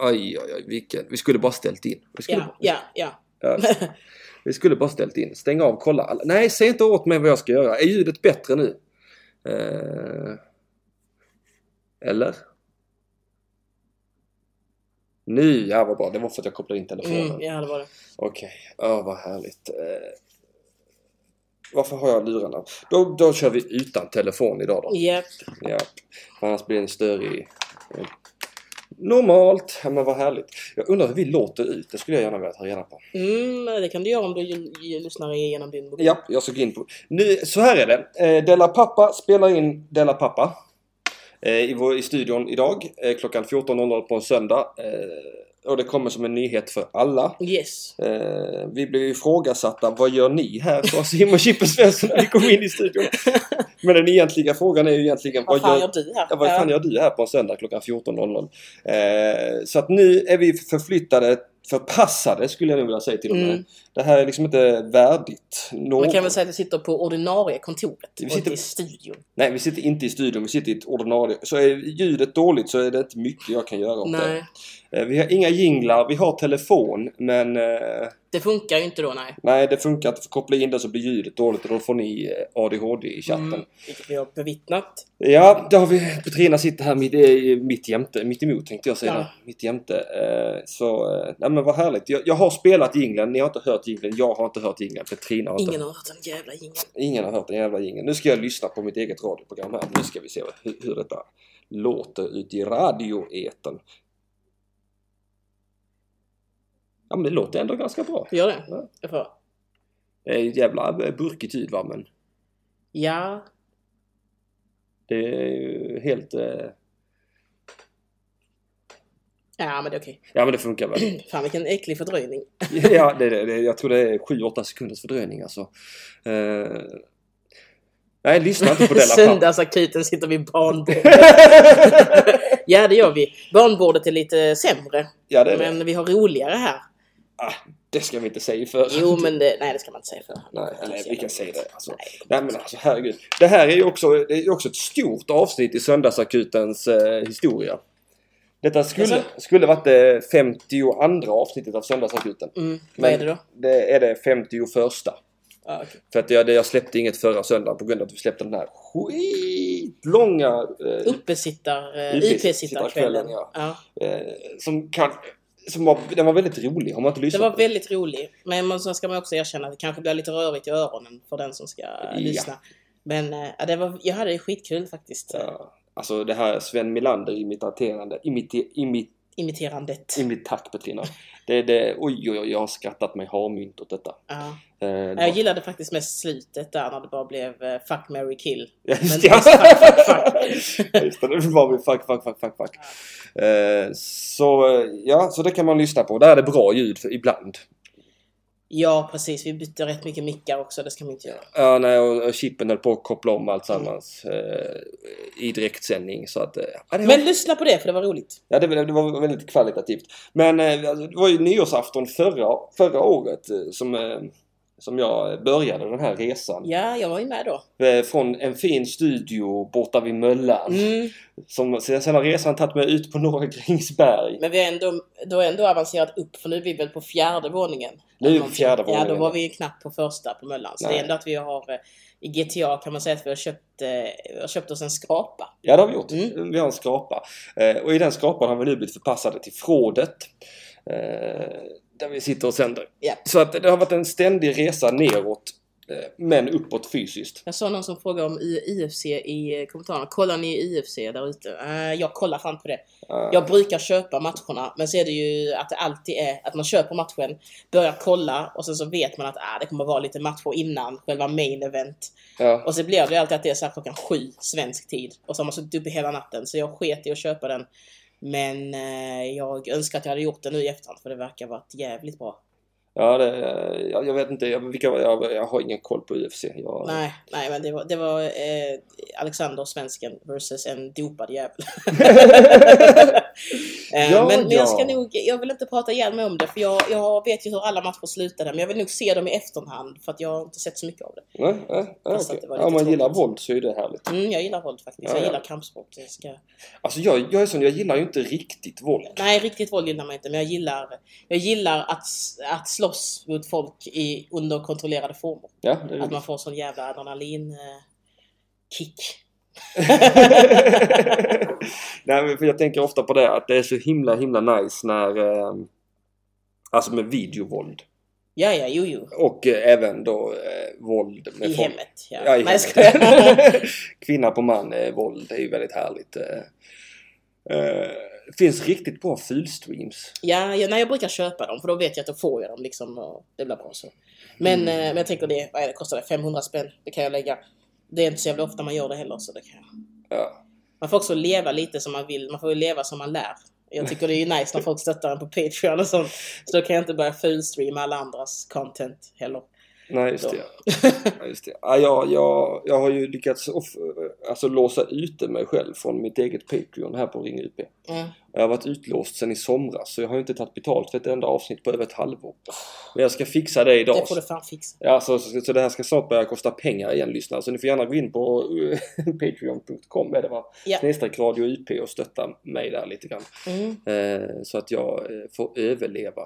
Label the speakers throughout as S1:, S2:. S1: Aj, aj, aj, vilken. Vi skulle bara ställt in. Vi skulle,
S2: Ja, ja, ja.
S1: bara, ja, vi skulle bara ställt in. Stäng av, kolla. alla- Nej, säg inte åt mig vad jag ska göra. Är ljudet bättre nu? Eh, eller? Nu, ja vad bra. Det var för att jag kopplade in telefonen.
S2: Mm, ja, det var det.
S1: Okej, ja vad härligt. Eh, varför har jag lurarna? Då, då kör vi utan telefon idag då.
S2: Japp.
S1: Ja, för annars blir det en störig... eh, Normalt, ja, men vad härligt. Jag undrar hur vi låter ut, det skulle jag gärna vilja ta reda på.
S2: Mm, det kan du göra om du ju- ju- lyssnar igenom din mobil.
S1: Ja, jag ska gå in på... Nu, så här är det. Eh, Della Pappa spelar in Della Pappa eh, i, vår, i studion idag eh, klockan 14.00 på en söndag. Eh, och det kommer som en nyhet för alla.
S2: Yes.
S1: Eh, vi blev ifrågasatta, vad gör ni här? Sa Simon Chippen Svensson när vi kom in i studion. Men den egentliga frågan är ju egentligen,
S2: Vad
S1: vad,
S2: fan
S1: gör,
S2: gör du här?
S1: ja, vad fan gör du här på en söndag klockan 14.00? Eh, så att nu är vi förflyttade, förpassade skulle jag nog vilja säga till och med.
S2: Mm.
S1: Det här är liksom inte värdigt. någon.
S2: Man kan väl säga att du sitter på ordinarie kontoret
S1: Vi
S2: och
S1: sitter-
S2: inte i studion.
S1: Nej, vi sitter inte i studion, vi sitter i ett ordinarie. Så är ljudet dåligt så är det inte mycket jag kan göra åt
S2: Nej.
S1: det. Eh, vi har inga jinglar, vi har telefon men eh,
S2: Det funkar ju inte då, nej.
S1: Nej, det funkar inte. För koppla in det så blir ljudet dåligt och då får ni eh, ADHD i chatten.
S2: Mm, vilket vi har bevittnat.
S1: Ja, då har vi... Petrina sitter här mitt, eh, mitt jämte, mitt emot tänkte jag säga.
S2: Ja.
S1: Mitt jämte. Eh, Så, eh, nej men vad härligt. Jag, jag har spelat jinglen, ni har inte hört jinglen, jag har inte hört jinglen, Petrina har inte
S2: Ingen har hört en jävla jingel.
S1: Ingen har hört den jävla jingeln. Nu ska jag lyssna på mitt eget radioprogram här. Nu ska vi se hur, hur detta låter ut i radioeten. Ja men det låter ändå ganska bra.
S2: Gör det?
S1: Ja.
S2: Jag får.
S1: Det är ju ett jävla burkigt ljud va men
S2: Ja.
S1: Det är ju helt... eh,
S2: Ja, men det är okej.
S1: Ja men det funkar väl.
S2: Fan vilken äcklig fördröjning.
S1: ja, det, det, det, jag tror det är 7-8 sekunders fördröjning alltså. Eh, Nej, lyssna inte på Della Pappa.
S2: Söndagsakuten sitter vid barnbordet. ja, det gör vi. Barnbordet är lite sämre.
S1: ja, det, är det.
S2: Men vi har roligare här.
S1: det ska vi inte säga för.
S2: Jo, men det, nej, det ska man inte säga för.
S1: Nej, nej, vi kan säga det. Alltså.
S2: Nej.
S1: Nej men alltså herregud. Det här är ju också, det är ju också ett stort avsnitt i Söndagsakutens eh, historia. Detta skulle,
S2: Jaså?
S1: skulle varit det 52 avsnittet av Söndagsakuten.
S2: Mm, vad
S1: Men-
S2: är det då?
S1: Det är det 51.
S2: Ja, okej.
S1: För att jag, jag släppte inget förra söndagen på grund av att vi släppte den här skitlånga... Eh,
S2: Uppesittar... eh,
S1: Uppesittarkvällen,
S2: IP-sittarkvällen.
S1: ja.
S2: Ja.
S1: eh, som kan... Som var, den var väldigt rolig, har man inte
S2: Det
S1: lyssnat
S2: var
S1: på
S2: väldigt roligt. Men man- så ska man också erkänna att det kanske blir lite rörigt i öronen för den som ska eh, lyssna. Men eh, ja, det var, jag hade det skitkul faktiskt. eh,
S1: Ja, alltså det här Sven Melander imiterande, imite, imit,
S2: Imiterandet.
S1: imit, tack Petrina. Det, det, oj, oj, oj, jag har skrattat mig harmynt åt detta.
S2: Ja.
S1: Eh, det
S2: Jag
S1: var-
S2: gillade faktiskt mest slutet där när det bara blev eh, fuck, marry, kill.
S1: Ja,
S2: Men
S1: just
S2: det
S1: det.
S2: var fuck, fuck, fuck.
S1: Ja, Just det, det var vi fuck, fuck, fuck, fuck, fuck. Eh, så, eh, ja, så det kan man lyssna på. Där är det bra ljud för, ibland.
S2: Ja, precis. Vi bytte rätt mycket mickar också. Det ska man inte göra.
S1: Ja, nej, och, och chippen höll på att koppla om alltsammans eh, i direktsändning så att... eh, Ja, det var,
S2: Men lyssna på det, för det var roligt.
S1: ja, det, var- det var väldigt kvalitativt. Men eh, alltså, det var ju nyårsafton förra, förra året eh, som, eh, som jag började den här resan.
S2: Ja, jag var ju med då.
S1: Eh, från en fin studio borta vid Möllan.
S2: Mm.
S1: Som, sen, sen har resan tagit mig ut på Norra Gringsberg.
S2: Men vi har ändå, då har ändå avancerat upp, för nu är vi väl på fjärde våningen.
S1: Nu är vi på
S2: Någonting.
S1: fjärde
S2: Ja,
S1: våningen.
S2: då var vi ju knappt på första på Möllan. Så det
S1: Nej.
S2: är ändå att vi har, eh, i GTA kan man säga att vi har köpt, eh, vi har köpt oss en skrapa.
S1: Ja, det har vi gjort.
S2: Mm.
S1: Vi har en skrapa. Eh, och i den skrapan har vi nu blivit förpassade till frådet. Eh, där vi sitter och sänder.
S2: Ja.
S1: Så att det har varit en ständig resa neråt. Eh, men uppåt fysiskt.
S2: Jag såg någon som frågade om I- IFC i eh, kommentarerna. Kollar ni IFC där ute? Eh, jag kollar fan på det.
S1: Eh,
S2: Jag brukar köpa matcherna, men så är det ju att det alltid är att man köper matchen, börjar kolla och sen så vet man att ah, det kommer vara lite matcher innan själva main event.
S1: ja.
S2: Och så blir det ju alltid att det är så här klockan sju svensk tid. Och så har man suttit uppe hela natten. Så jag sket i att köpa den. Men eh, jag önskar att jag hade gjort det nu i efterhand för det verkar vara ett jävligt bra.
S1: ja, det, eh, jag, jag vet inte. Jag, vilka, jag, jag har ingen koll på UFC. Jag,
S2: Nej, nej men det var, det var eh, Alexander svensken versus en dopad jävel. Eh,
S1: Ja,
S2: men, men
S1: ja.
S2: jag ska nog, jag vill inte prata ihjäl mig om det för jag, jag vet ju hur alla matcher slutade men jag vill nog se dem i efterhand för att jag har inte sett så mycket av det.
S1: Nej, nej, nej,
S2: Fast att
S1: okej.
S2: det var
S1: Ja, Om
S2: lite
S1: man gillar
S2: tråkigt.
S1: våld så är det härligt.
S2: Mm, jag gillar våld faktiskt.
S1: Ja,
S2: jag
S1: ja.
S2: gillar kampsport. Jag ska...
S1: Alltså jag, jag är sån, jag gillar ju inte riktigt våld.
S2: Nej, riktigt våld gillar man inte men jag gillar, jag gillar att, att slåss mot folk i, under kontrollerade former.
S1: Ja, det är
S2: Att man
S1: roligt.
S2: får sån jävla adrenalin eh, kick.
S1: Nej, men för jag tänker ofta på det att det är så himla himla nice när eh, Alltså med videovåld
S2: Ja, ja, jo, jo.
S1: och eh, även då eh, våld med
S2: I
S1: folk.
S2: hemmet. Ja.
S1: Ja, i
S2: Nej, jag
S1: hemmet.
S2: skojar.
S1: Kvinna på man eh, våld det är ju väldigt härligt. Eh, eh, finns riktigt bra filstreams.
S2: Ja, jag, nej, jag brukar köpa dem för då vet jag att då får jag dem liksom och det blir bra så. Men,
S1: Mm.
S2: eh, men jag tänker det, vad är det, kostar det 500 spänn? Det kan jag lägga. Det är inte så jävla ofta man gör det heller så det kan jag.
S1: Ja.
S2: Man får också leva lite som man vill, man får ju leva som man lär. Jag tycker det är ju nice när folk stöttar en på Patreon och sånt. Så då kan jag inte börja fullstreama alla andras content heller.
S1: Nej, just
S2: Då.
S1: det. Ja, just det. Ja, jag, jag, jag har ju lyckats off, alltså, låsa ute mig själv från mitt eget Patreon här på Ring UP.
S2: Mm.
S1: Jag har varit utlåst sedan i somras så jag har ju inte tagit betalt för ett enda avsnitt på över ett halvår. Men jag ska fixa det idag.
S2: Det får du fan fixa.
S1: Ja, så, så, så det här ska snart börja kosta pengar igen lyssnare. Så ni får gärna gå in på eh, patreon.com är det va?
S2: Ja.
S1: Snedstreck radio UP och stötta mig där lite grann.
S2: Mm.
S1: Eh, så att jag eh, får överleva.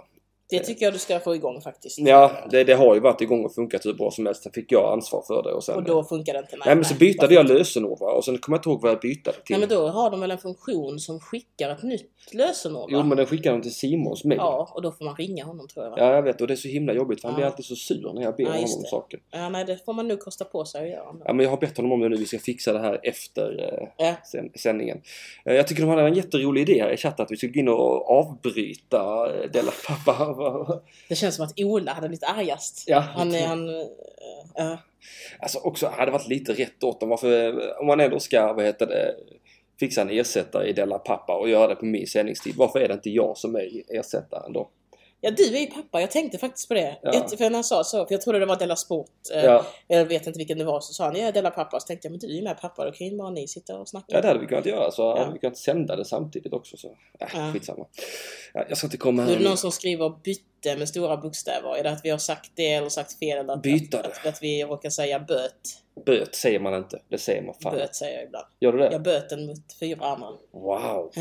S2: Det tycker jag du ska få igång faktiskt.
S1: Eh. Ja, det, det har ju varit igång och funkat hur bra som helst. Sen fick jag ansvar för det och sen...
S2: Och då funkar det inte.
S1: Nej men så bytade jag lösenord va? och sen kommer jag inte ihåg vad jag bytte till.
S2: Nej men då har de väl en funktion som skickar ett nytt lösenord? va?
S1: Jo men den skickade dem till Simons mail. Ja.
S2: Ja, och då får man ringa honom tror jag. Va? Ja.
S1: ja jag vet och det är så himla jobbigt för han
S2: Ja.
S1: blir alltid så sur när jag ber
S2: Ja,
S1: honom
S2: just
S1: om
S2: det.
S1: saker.
S2: nej, det får man nog kosta på sig att göra.
S1: Ja men jag har bett honom om det nu. Vi ska fixa det här efter eh,
S2: Ja.
S1: sen, sändningen. Eh, jag tycker de hade en jätterolig idé här i chatten att vi skulle gå in och avbryta eh, Della Pappa.
S2: Det känns som att Ola hade blivit argast.
S1: ja,
S2: Han är han... eh, ja.
S1: Alltså också hade varit lite rätt åt dem. Varför, om man ändå ska, vad heter det, fixa en ersättare i Della Pappa och göra det på min sändningstid. Varför är det inte jag som är ersättaren då?
S2: ja, du är ju pappa. Jag tänkte faktiskt på det.
S1: Ja.
S2: Ett, för när han sa så, för jag trodde det var Della Sport. eh,
S1: Ja,
S2: Jag vet inte vilken det var. Så sa han, jag är Della pappa. Så tänkte jag, men du är ju med pappa. Då kan ju bara ni sitta och snacka.
S1: ja det hade vi kunnat göra. Så hade
S2: Ja.
S1: vi kunnat sända det samtidigt också. Så. Äh,
S2: Ja.
S1: Skitsamma. Ja, jag ska inte komma
S2: nu är
S1: här
S2: det någon
S1: och
S2: som skriver bytte med stora bokstäver. Är det att vi har sagt det eller sagt fel? Eller att,
S1: Byta det.
S2: att, att vi råkar säga böt.
S1: böt säger man inte. Det säger man fan.
S2: Böt säger jag ibland.
S1: Gör du det?
S2: Jag böt den mot fyra andra.
S1: Wow!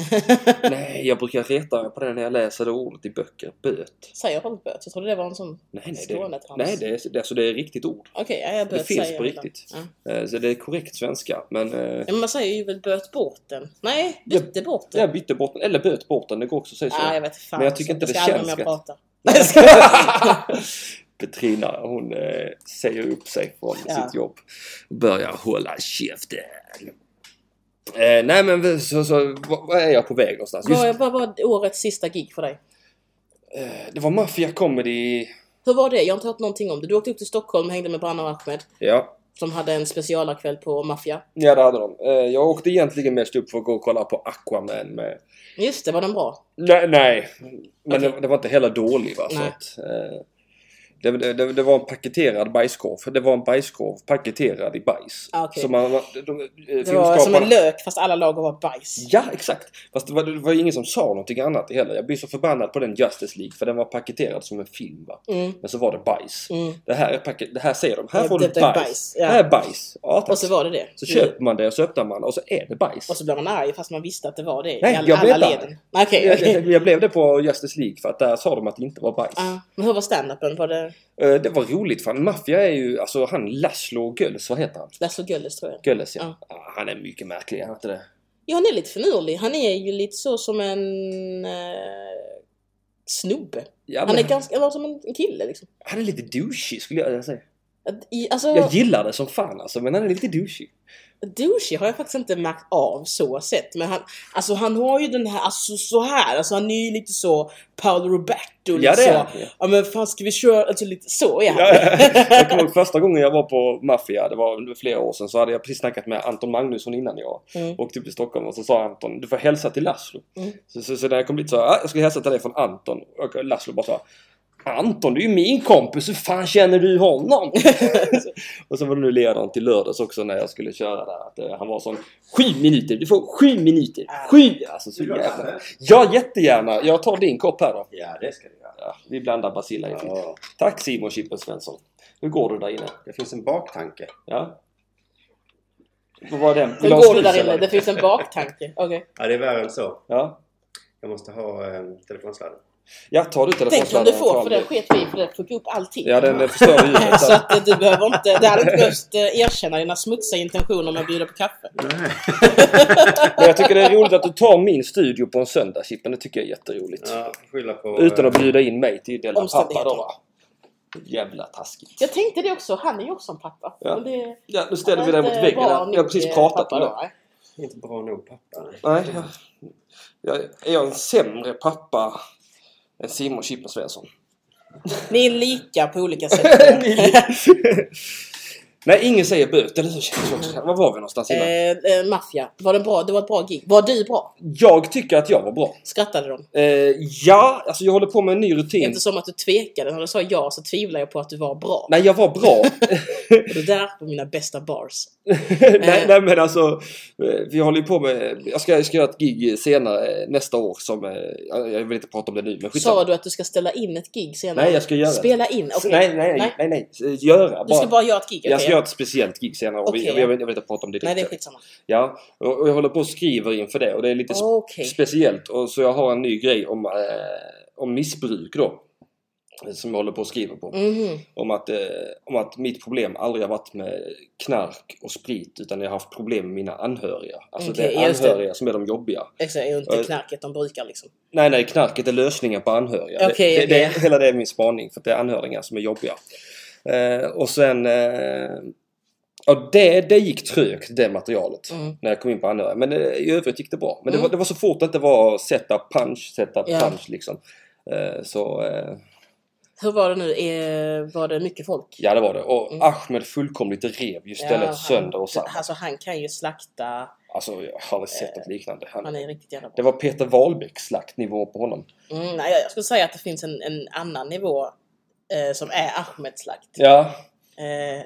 S1: Nej, jag brukar reta mig på det när jag läser det ordet i böcker. Böt.
S2: Säger folk böt? Jag trodde det var en sån...
S1: Nej, nej. Det,
S2: Skånetrams.
S1: nej, det är, det, alltså, det är riktigt ord.
S2: Okej, ja, jag böt
S1: Det finns
S2: säger
S1: på
S2: jag ibland.
S1: riktigt.
S2: Ja.
S1: Eh, Så det är korrekt svenska. Men eh,
S2: Ja, men man säger ju väl böt bort den? Nej, bytte bort den.
S1: jag bytte bort den. Eller böt bort den. Det går också att säga så.
S2: ah, jag vet fan.
S1: Men jag tycker inte det
S2: ska aldrig
S1: känns rätt.
S2: mer prata.
S1: Petrina, hon eh, säger upp sig från
S2: Ja.
S1: sitt jobb. och Börjar hålla käften. Eh, nej men vi- så, så vad, vad är jag på väg någonstans? Just,
S2: Vad, vad var årets sista gig för dig?
S1: eh, det var Mafia Comedy.
S2: Hur var det? Jag har inte hört någonting om det. Du åkte upp till Stockholm och hängde med Branne och Ahmed.
S1: Ja,
S2: Som hade en specialarkväll på Mafia.
S1: ja det hade de. Eh, jag åkte egentligen mest upp för att gå och kolla på Aquaman med
S2: Just det, var den bra?
S1: Nej, nej. men
S2: Okej.
S1: det, det var inte heller dålig va? Så
S2: Nej.
S1: att, eh, det, det, det var en paketerad bajskorv. Det var en bajskorv paketerad i bajs.
S2: Ah, okej.
S1: Så man, de, de, eh,
S2: Det var
S1: filmskaparna-
S2: som en lök fast alla lager var bajs.
S1: Ja, exakt! Fast det var, det var ingen som sa någonting annat heller. Jag blir så förbannad på den Justice League för den var paketerad som en film va.
S2: Mm,
S1: Men så var det bajs.
S2: mm.
S1: Det här, är paket, det här säger de, här
S2: Jag
S1: får du
S2: döpte
S1: bajs.
S2: ja.
S1: Det här är bajs. Ja, tack.
S2: Och så var det det.
S1: så köper man det och så öppnar man och så är det bajs.
S2: Och så blev man arg fast man visste att det var det
S1: Nej,
S2: i all,
S1: jag blev
S2: alla
S1: arg.
S2: leden. Okej.
S1: Jag, jag, jag blev det på Justice League för att där sa de att det inte var bajs.
S2: Ja, men hur var standupen? Var det
S1: Eh, Det var roligt för Mafia är ju, alltså han Laszlo Gölls, vad heter han?
S2: Lasse Gullis tror jag?
S1: Gölles ja. Ah, Han är mycket märklig, är han inte det?
S2: Ja, han är lite finurlig. Han är ju lite så som en eh, snubbe.
S1: Ja,
S2: Han är ganska, eller som en, en kille liksom.
S1: han är lite douchey skulle jag vilja säga.
S2: Att i- Alltså,
S1: Jag gillar det som fan alltså, men han är lite douchey.
S2: douchey har jag faktiskt inte märkt av så sett. Men han, alltså han har ju den här, alltså så här, alltså han är ju lite så Paolo Roberto.
S1: Ja,
S2: lite
S1: det
S2: så.
S1: är han. Ja.
S2: Ja men fan ska vi köra, alltså lite så är han.
S1: Ja, ja. Jag kommer ihåg första gången jag var på Mafia, det var flera år sedan, så hade jag precis snackat med Anton Magnusson innan jag
S2: Mm.
S1: åkte upp till Stockholm och så sa Anton du får hälsa till Laszlo.
S2: Mm.
S1: Så, så, så när jag kom dit sa jag ah, jag ska hälsa till dig från Anton och Laszlo bara sa Anton, det är ju min kompis, hur fan känner du honom? och så var det nu ledaren till lördags också när jag skulle köra där. Att, eh, han var sån, sju minuter, du får sju minuter,
S2: Ah.
S1: sju! Alltså så
S3: Vill du ha
S1: jävla...
S3: kaffe?
S1: Ja, jättegärna! Jag tar din kopp här då.
S3: Ja, det ska du göra.
S1: Ja, vi blandar Basilla i fritt.
S3: Ja.
S1: Tack Simon Chippen Svensson. Hur går du där inne?
S3: Det finns en baktanke.
S1: Ja? Vad var den?
S2: Hur
S1: Vill du ha en
S2: går det
S1: snus,
S2: där inne?
S1: eller?
S2: Det finns en baktanke. Okej.
S3: Ja, det är värre än så.
S1: Ja?
S3: Jag måmåste ha eh, telefonsladden.
S1: ja, tar du
S2: Den
S1: telefonsladden?
S2: kan du få
S1: tar
S2: för
S1: du.
S2: den sket vi i, för den tog upp allting.
S1: Ja, den eh, förstör ljudet.
S2: Så att eh, du behöver inte, det hade inte behövt eh, erkänna dina smutsiga intentioner med att bjuda på kaffe.
S1: Men jag tycker det är roligt att du tar min studio på en söndag Chippen. Det tycker jag är jätteroligt.
S3: Ja, får skylla på...
S1: Utan
S3: eh,
S1: att bjuda in mig till Della Pappa
S2: Omständigheter.
S1: då va? Jävla taskigt.
S2: Jag tänkte det också, han är ju också en pappa.
S1: Ja.
S2: Men det,
S1: Ja, nu ställer vi
S2: han
S1: dig
S2: är
S1: mot
S2: inte
S1: väggen.
S2: bra
S1: här. Jag
S2: nog,
S1: har precis
S2: eh,
S1: pratat
S2: pappa
S1: om
S2: då,
S1: det.
S2: nej.
S3: Inte bra nog pappa.
S1: Nej, jag, jag, är jag en sämre pappa än Simon Chippen Svensson?
S2: Ni är lika på olika sätt.
S1: Nej, ingen säger böter. Det känns också. Var var vi någonstans
S2: eh,
S1: innan?
S2: eh, maffia, var det bra? Det var ett bra gig. Var du bra?
S1: Jag tycker att jag var bra.
S2: Skrattade de?
S1: Eh, ja, alltså jag håller på med en ny rutin.
S2: Eftersom att du tvekade när du sa ja så tvivlar jag på att du var bra.
S1: Nej, jag var bra. Mm.
S2: Och det där var mina bästa bars.
S1: nej, nej men alltså, eh, vi håller ju på med... Jag ska, jag ska göra ett gig senare eh, nästa år som... eh, Jag jag vill inte prata om det nu, men
S2: Sa du att du ska ställa in ett gig senare?
S1: Nej, jag ska göra det.
S2: Spela in? Okej.
S1: Nej, nej, nej, nej, nej, nej. Göra.
S2: Du ska bara göra ett gig?
S1: Jag ska
S2: okej.
S1: göra ett speciellt gig senare och vi,
S2: Okej,
S1: jag,
S2: ja.
S1: jag, vill, jag vill inte prata om det
S2: Nej, det är
S1: direkt.
S2: skitsamma.
S1: Ja, och, och jag håller på och skriver inför det och det är lite sp-
S2: Okej.
S1: speciellt. Och, så jag har en ny grej om, eh, om missbruk då. eh, Som jag håller på och skriver på.
S2: Mhm.
S1: Om, att, eh, om att mitt problem aldrig har varit med knark och sprit utan jag har haft problem med mina anhöriga. Alltså det
S2: Okej,
S1: är
S2: just det.
S1: anhöriga som är de jobbiga.
S2: Exakt, det är
S1: Eh.
S2: inte knarket de brukar liksom.
S1: Nej, nej, knarket är lösningen på anhöriga. Det-
S2: Okej,
S1: det,
S2: okej.
S1: Det, är- hela det är min spaning, för att det är anhöriga som är jobbiga. Eh, och sen... Eh, ja, det, det gick trögt, det materialet,
S2: Mm.
S1: när jag kom in på anhöriga. Men eh, i övrigt gick det bra. Men det,
S2: Mm.
S1: var, det var så fort att det var sätta punch, sätta
S2: Ja.
S1: punch liksom. Eh, så... Eh,
S2: Hur var det nu? Eh, Var det mycket folk?
S1: ja, det var det. Och
S2: Mm.
S1: Ahmed fullkomligt rev ju stället
S2: han-
S1: sönder och samman.
S2: Alltså han kan ju slakta.
S1: Alltså, jag har aldrig sett något liknande. Han,
S2: Eh, Han är riktigt jävla bra.
S1: det var Peter Wahlbecks slaktnivå på honom.
S2: Mm, nej, jag jag skulle säga att det finns en, en annan nivå eh, som är Ahmeds slakt.
S1: Ja,
S2: Eh,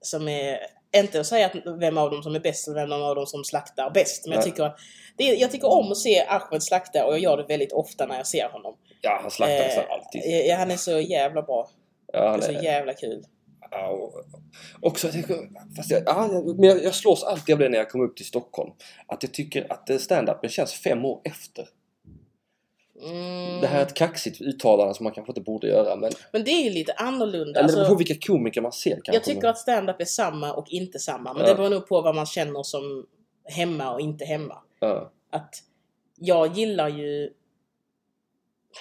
S2: som är, inte att säga att vem av dem som är bäst eller vem av dem som slaktar bäst. Men jag
S1: Nej.
S2: tycker, att- det är, jag tycker om att se Ahmed slakta och jag gör det väldigt ofta när jag ser honom.
S1: ja han slaktade sig alltid.
S2: Eh, alltså, ja, han är så jävla bra.
S1: Ja, han
S2: Det är
S1: är-
S2: så jävla kul.
S1: Ja, och- Också, jag tänker- fast jag, ja, jag- men jag, jag slås alltid av det när jag kommer upp till Stockholm. Att jag tycker att eh, stand-upen känns fem år efter.
S2: Mm.
S1: Det här är ett kaxigt uttalande som man kanske inte borde göra. Men,
S2: Men det är ju lite annorlunda.
S1: eller det beror på
S2: Alltså,
S1: vilka komiker man ser kanske.
S2: jag tycker
S1: men-
S2: att stand-up är samma och inte samma. Men
S1: Ja.
S2: det beror nog på vad man känner som hemma och inte hemma.
S1: ja.
S2: att jag gillar ju...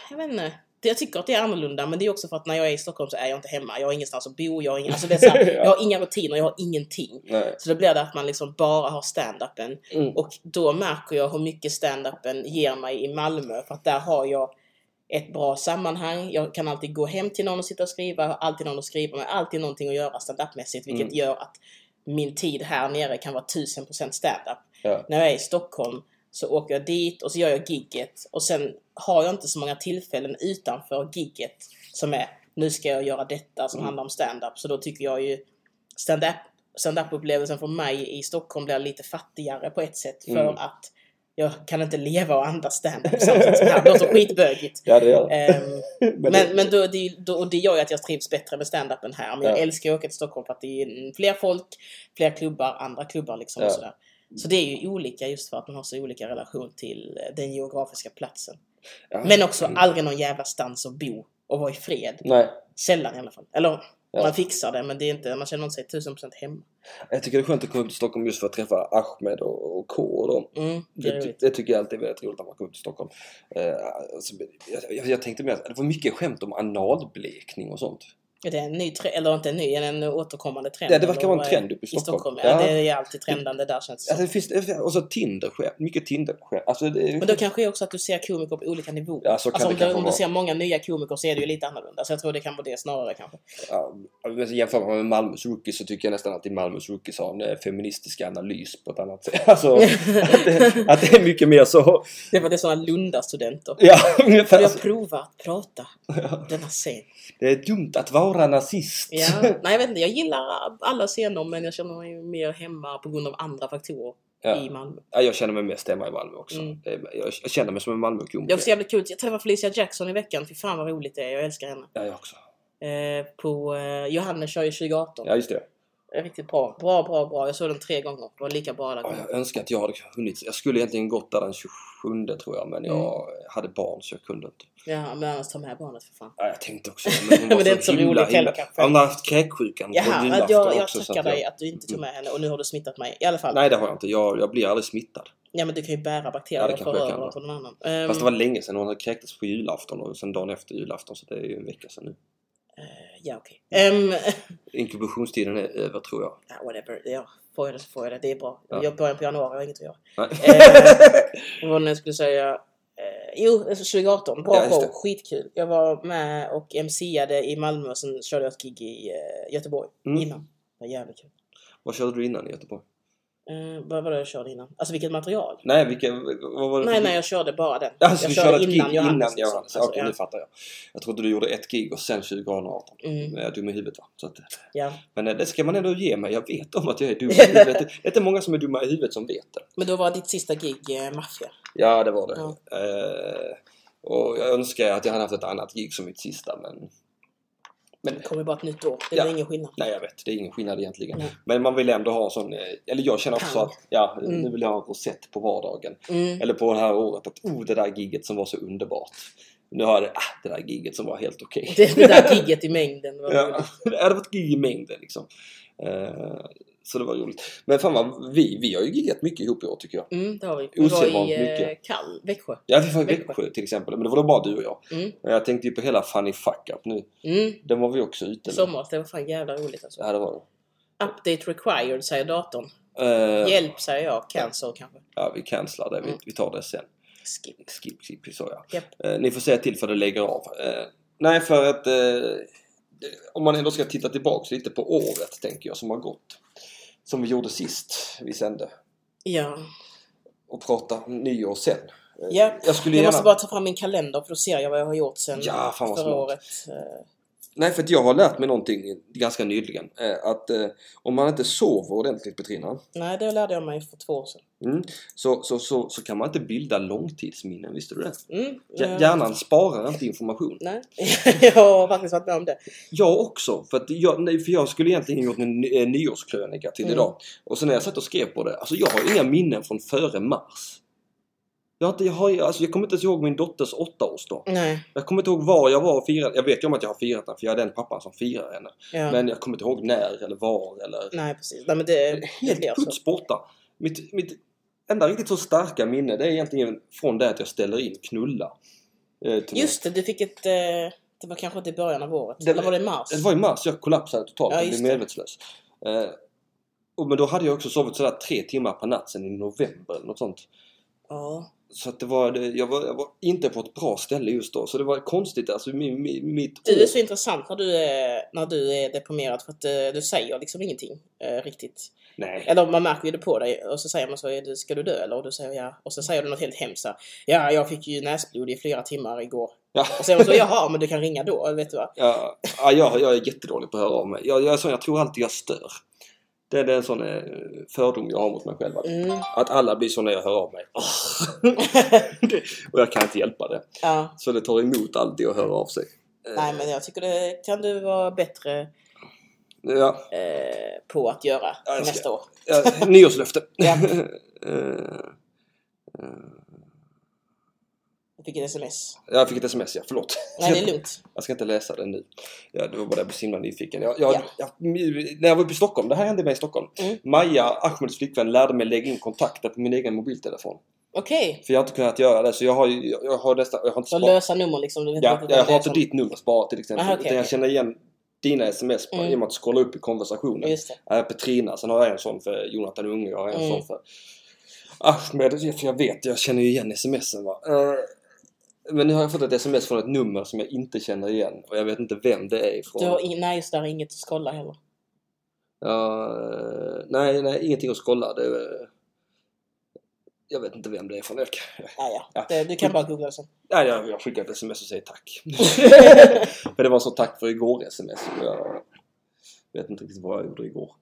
S2: Jag vet inte. Det- Jag tycker att det är annorlunda men det är också för att när jag är i Stockholm så är jag inte hemma. Jag har ingenstans att bo. Jag har, ingen, alltså det är så här,
S1: Ja.
S2: jag har inga rutiner, jag har ingenting.
S1: Nej.
S2: Så då blir det att man liksom bara har stand-upen.
S1: Mm.
S2: Och då märker jag hur mycket stand-upen ger mig i Malmö. För att där har jag ett bra sammanhang. Jag kan alltid gå hem till någon och sitta och skriva. Jag har alltid någon att skriva med. Alltid någonting att göra stand-up-mässigt. Vilket
S1: Mm.
S2: gör att min tid här nere kan vara 1000% stand-up
S1: Ja.
S2: när jag är i Stockholm så åker jag dit och så gör jag gigget och sen har jag inte så många tillfällen utanför gigget som är nu ska jag göra detta som
S1: Mm.
S2: handlar om stand-up så då tycker jag ju stand-up stand-up upplevelsen för mig i Stockholm blir lite fattigare på ett sätt för
S1: Mm.
S2: att jag kan inte leva och andas stand-up samtidigt som det här låter skitbögigt.
S1: Ja, det gör det.
S2: Ehm,
S1: Men,
S2: men, men då, det, då, och det gör ju att jag trivs bättre med stand-upen här. Men jag
S1: Ja.
S2: älskar att åka till Stockholm för att det är fler folk, fler klubbar, andra klubbar liksom
S1: Ja.
S2: och sådär. Så det är ju olika just för att man har så olika relation till eh, den geografiska platsen.
S1: ja.
S2: Men också
S1: Mm.
S2: aldrig någon jävla stans att bo och vara i fred.
S1: Nej.
S2: Sällan i alla fall. Eller
S1: Ja.
S2: man fixar det men det är inte, man känner inte sig tusen procent hemma.
S1: Jag tycker det är skönt att komma upp till Stockholm just för att träffa Ahmed och, och K och dem.
S2: Mm, det är
S1: Det, det,
S2: roligt.
S1: det tycker jag alltid är typ- väldigt roligt när man kommer upp till Stockholm. Eh, alltså, jag, jag, jag tänkte mer att det var mycket skämt om analblekning och sånt.
S2: Det är en ny tre- eller inte en ny, en återkommande trend.
S1: Ja, det verkar vara en
S2: Eller,
S1: trend uppe i
S2: I
S1: Stockholm.
S2: Stockholm, ja.
S1: Ja.
S2: Det är alltid trendande där känns det
S1: Alltså,
S2: som.
S1: det finns, och så Tinder sker. Mycket Tinder sker. Alltså, det,
S2: Men då kanske också att du ser komiker på olika nivåer.
S1: Ja, så kan
S2: alltså
S1: det
S2: om, du,
S1: kanske
S2: om du
S1: vara.
S2: ser många nya komiker så är det ju lite annorlunda. Så jag tror det kan vara det snarare kanske.
S1: Ja, men så jämför man med Malmös rookies så tycker jag nästan alltid Malmös rookies har en eh, feministisk analys på ett annat sätt. Alltså, att, det, att det är mycket mer så.
S2: Det var det sådana Lundastudenter.
S1: Ja, ungefär.
S2: Jag provar att prata på denna scen.
S1: det är dumt att vara nazist.
S2: Ja. Nej, jag vet inte. Jag gillar alla scener men jag känner mig mer hemma på grund av andra faktorer
S1: Ja.
S2: i Malmö.
S1: Ja, jag känner mig mest hemma i Malmö också.
S2: Mm.
S1: Det är- Jag jag känner mig som en
S2: Det är
S1: Malmökomiker.
S2: också jävligt kul. Jag träffade Felicia Jackson i veckan. Fy fan vad roligt det är. Jag älskar henne.
S1: Ja, jag också.
S2: Eh, på eh, Johannes kör ju 2018.
S1: Ja, just det.
S2: Riktigt bra. Bra, bra, bra. Jag såg den tre gånger. Det var lika bra alla
S1: Ja,
S2: gånger.
S1: Jag önskar att jag hade hunnit. Jag skulle egentligen gått där den 27 tror jag, men jag
S2: Mm.
S1: hade barn så jag kunde inte.
S2: Ja, men annars ta med barnet för fan.
S1: Ja, jag tänkte också men hon var
S2: Men det är inte så
S1: himla
S2: roligt heller
S1: illa.
S2: kanske.
S1: Hon har haft kräksjukan
S2: Jaha,
S1: julafton
S2: jag, jag, jag
S1: så att Mm.
S2: tackar dig att du inte tog med henne och nu har du smittat mig. I alla fall.
S1: Nej det har jag inte. Jag, jag blir aldrig smittad.
S2: Ja, men du kan ju bära
S1: Ja,
S2: bakterier
S1: det
S2: och
S1: kanske
S2: föra
S1: jag
S2: över
S1: kan
S2: dem på någon annan. Ehm,
S1: Fast det var länge sedan. Hon hade kräktes på julafton och sen dagen efter julafton så det är ju en vecka sedan nu.
S2: eh, Ja, okej. Ehm,
S1: Inkubationstiden är över tror jag.
S2: ja, whatever. Ja, får jag det så får jag det. Det är bra.
S1: Ja.
S2: Jag börjar på januari, jag har inget att göra.
S1: Nej.
S2: Eh, vad var det jag skulle säga? Eh, jo, alltså 2018. Bra
S1: Ja, just
S2: show.
S1: det.
S2: Skitkul. Jag var med och MCade i Malmö och sen körde jag ett gig i eh, Göteborg
S1: Mm.
S2: innan. Det var jävligt kul.
S1: Vad körde du innan i Göteborg?
S2: Eh, vad var det jag körde innan? Alltså vilket material?
S1: Nej vilka, vad var det för
S2: Nej,
S1: gig?
S2: nej, jag körde bara den.
S1: Alltså Mm. du körde ett gig innan Johannes?
S2: liksom.
S1: Okej
S2: Alltså,
S1: nu fattar jag. Jag trodde du gjorde ett gig och sen 2018.
S2: ja. Mm,
S1: Jag är dum i huvudet va? Så att,
S2: ja.
S1: men eh, det ska man ändå ge mig. Jag vet om att jag är dum i huvudet. Det är inte många som är dumma i huvudet som vet det.
S2: Men då var ditt sista gig eh, maffia.
S1: Ja, det var det.
S2: Ja.
S1: Eh, och jag önskar att jag hade haft ett annat gig som mitt sista, men... Men
S2: Det kommer bara ett nytt år. Det är
S1: Ja.
S2: väl ingen skillnad.
S1: nej, jag vet. Det är ingen skillnad egentligen.
S2: Nej.
S1: Men man vill ändå ha en sån... eh, Eller jag känner också
S2: Pang.
S1: att, ja,
S2: Mm.
S1: nu vill jag ha en rosett på vardagen.
S2: Mm.
S1: Eller på det här året, att oh, det där giget som var så underbart. Nu har jag det, ah, det där giget som var helt okej.
S2: Det, det där gigget i mängden. Var
S1: Ja, det hade varit gig i mängden liksom. Eh, så det var roligt. Men fan vad, vi, vi har ju giggat mycket ihop i år tycker jag.
S2: Mm, det har vi. Vi var
S1: Osedvanligt
S2: i eh,
S1: mycket.
S2: Kall, Växjö.
S1: Ja, vi var i
S2: Växjö.
S1: Växjö till exempel, men det var då bara du och jag.
S2: Mm.
S1: Men Jag tänkte ju på hela Funny Fuck Up nu.
S2: Mm.
S1: Den var vi också ute med.
S2: Sommar, det var fan jävla roligt alltså.
S1: Ja, det var det.
S2: Update required säger datorn.
S1: Eh,
S2: Hjälp säger jag. Cancer kanske.
S1: Ja, vi cancelar det. Vi,
S2: Mm.
S1: vi tar det sen.
S2: Skip.
S1: Skip, skip, så ja.
S2: Japp.
S1: Eh, ni får säga till för det lägger av. Eh, nej, för att eh, det- om man ändå ska titta tillbaks lite på året, tänker jag, som har gått. Som vi gjorde sist vi sände.
S2: Ja.
S1: Och prata om nyår sen. Eh,
S2: Ja,
S1: Jag skulle
S2: Jag
S1: gärna...
S2: måste bara ta fram min kalender för då ser jag vad jag har gjort sen
S1: Ja, fan vad
S2: förra
S1: smart.
S2: året. Eh,
S1: Nej, för att jag har lärt mig någonting ganska nyligen. Eh, att eh, om man inte sover ordentligt, Petrina,
S2: Nej, det lärde jag mig för två år sedan.
S1: mm, så, så, så, så kan man inte bilda långtidsminnen. Visste du det?
S2: Mm.
S1: Hj-
S2: eh,
S1: Hjärnan sparar inte information.
S2: Nej, jag har faktiskt varit med om det.
S1: Jag också, för, att jag, nej, för jag skulle egentligen gjort en ny- eh, nyårskrönika till
S2: Mm.
S1: idag. Och sen när jag satt och skrev på det, alltså jag har inga minnen från före mars. Jag, har inte, jag, har, alltså jag kommer inte ens ihåg min dotters åttaårsdag.
S2: Nej,
S1: Jag kommer inte ihåg var jag var och firade. Jag vet ju om att jag har firat den för jag är den pappan som firar henne.
S2: ja.
S1: Men jag kommer inte ihåg när eller var eller...
S2: Nej precis. Nej, men det, det blir alltså-
S1: Helt
S2: så.
S1: puts borta. Mitt, mitt enda riktigt så starka minne det är egentligen från det att jag ställer in knulla. eh, till mig.
S2: Just det, du fick ett... eh, Det var kanske inte i början av året.
S1: Det-
S2: Eller var det i mars?
S1: Det var i mars jag kollapsade totalt
S2: Ja,
S1: och
S2: just
S1: blev
S2: det.
S1: medvetslös. Eh, och, men då hade jag också sovit sådär tre timmar per natt sen i november eller något sånt.
S2: Ja.
S1: Så att det var, det- jag var, jag var inte på ett bra ställe just då. Så det var konstigt alltså. Min, min, mitt
S2: Du är så intressant när du är, när du är deprimerad för att eh, du säger liksom ingenting eh, riktigt.
S1: Nej.
S2: Eller man märker ju det på dig och så säger man så är du- ska du dö eller? Och du säger ja. Och så säger du något helt hemskt så här, Ja, jag fick ju näsblod i flera timmar igår.
S1: Ja.
S2: Och så säger man så jaha, men du kan ringa då, vet du vad?
S1: Ja, ja, jag, jag är jättedålig på att höra av mig. Jag, jag, är sån, jag tror alltid jag stör. Det är det är en sån eh, fördom jag har mot mig själv. Att,
S2: Mm.
S1: att alla blir så när jag hör av mig. Det- och jag kan inte hjälpa det.
S2: Ja.
S1: Så det tar emot alltid att höra av sig. Eh,
S2: Nej, men jag tycker det kan du vara bättre
S1: Ja,
S2: eh, på att göra
S1: Ja, jag ska-
S2: nästa år.
S1: Ja, nyårslöfte.
S2: Ja.
S1: Eh, eh,
S2: Jag fick ett sms.
S1: jag fick ett sms, ja. Förlåt.
S2: Nej, det är lugnt.
S1: Jag ska inte läsa den nu. Ja, det var bara jag blev så himla nyfiken. Jag,
S2: Ja.
S1: jag, jag, när jag var uppe i Stockholm, det här hände mig i Stockholm.
S2: Mm.
S1: Maja, Ahmeds flickvän, lärde mig lägga in kontakter på min egen mobiltelefon.
S2: Okej.
S1: För jag har inte kunnat göra det, så jag har, ju- jag, jag har nästan... Jag har inte
S2: Så
S1: sparat.
S2: lösa nummer liksom. Du vet
S1: Ja,
S2: inte
S1: jag
S2: vem det
S1: har
S2: är
S1: inte
S2: som-
S1: ditt nummer sparat till exempel.
S2: Aha, okej,
S1: utan jag
S2: okej.
S1: känner igen dina sms på
S2: Mm.
S1: genom att scrolla upp i konversationen.
S2: Just det.
S1: Äh, Petrina, sen har jag en sån för Jonathan Unge, jag har en
S2: Mm.
S1: sån för Ahmed, för jag vet, jag känner ju igen smsen va. Eh, Men nu har jag fått ett sms från ett nummer som jag inte känner igen och jag vet inte vem det är ifrån.
S2: Du har in, nej, just det, har inget att skolla heller.
S1: Ja, eh, nej, nej, ingenting att skolla. Det, är- jag vet inte vem det är från. Jag, kan-
S2: Ja, ja.
S1: Ja.
S2: Det, du kan bara googla sen.
S1: nej, jag, jag skickar ett sms och säger tack. för det var så tack för igår sms. och Jag vet inte riktigt vad jag gjorde igår.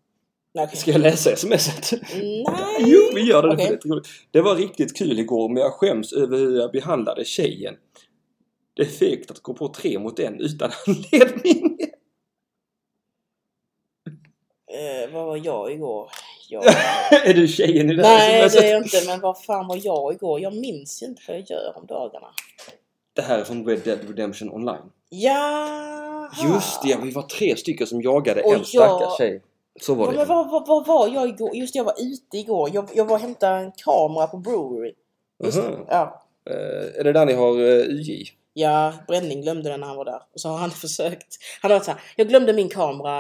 S2: Nej, okej.
S1: Ska jag läsa smset?
S2: nej.
S1: Jo, vi gör det.
S2: Okej.
S1: för det är roligt. Det var riktigt kul igår men jag skäms över hur jag behandlade tjejen. Det är fegt att gå på tre mot en utan anledning.
S2: Eh, vad var jag igår? Jag...
S1: är du tjejen i det här
S2: nej,
S1: smset?
S2: det är jag inte. Men vad fan var jag igår? Jag minns ju inte vad jag gör om dagarna.
S1: Det här är från Red Dead Redemption Online.
S2: Ja.
S1: Just det, ja, vi var tre stycken som jagade
S2: Och
S1: en stackars
S2: jag-
S1: tjej. Så var
S2: Ja, men
S1: det.
S2: vad, vad, vad var jag igår? Just det, jag var ute igår. Jag, jag var och hämtade en kamera på Brewery. Just det.
S1: Aha.
S2: Ja.
S1: Eh, är det där ni har uh, UJ?
S2: ja, Bränning glömde den när han var där. Och så har han försökt. Han har varit så här, jag glömde min kamera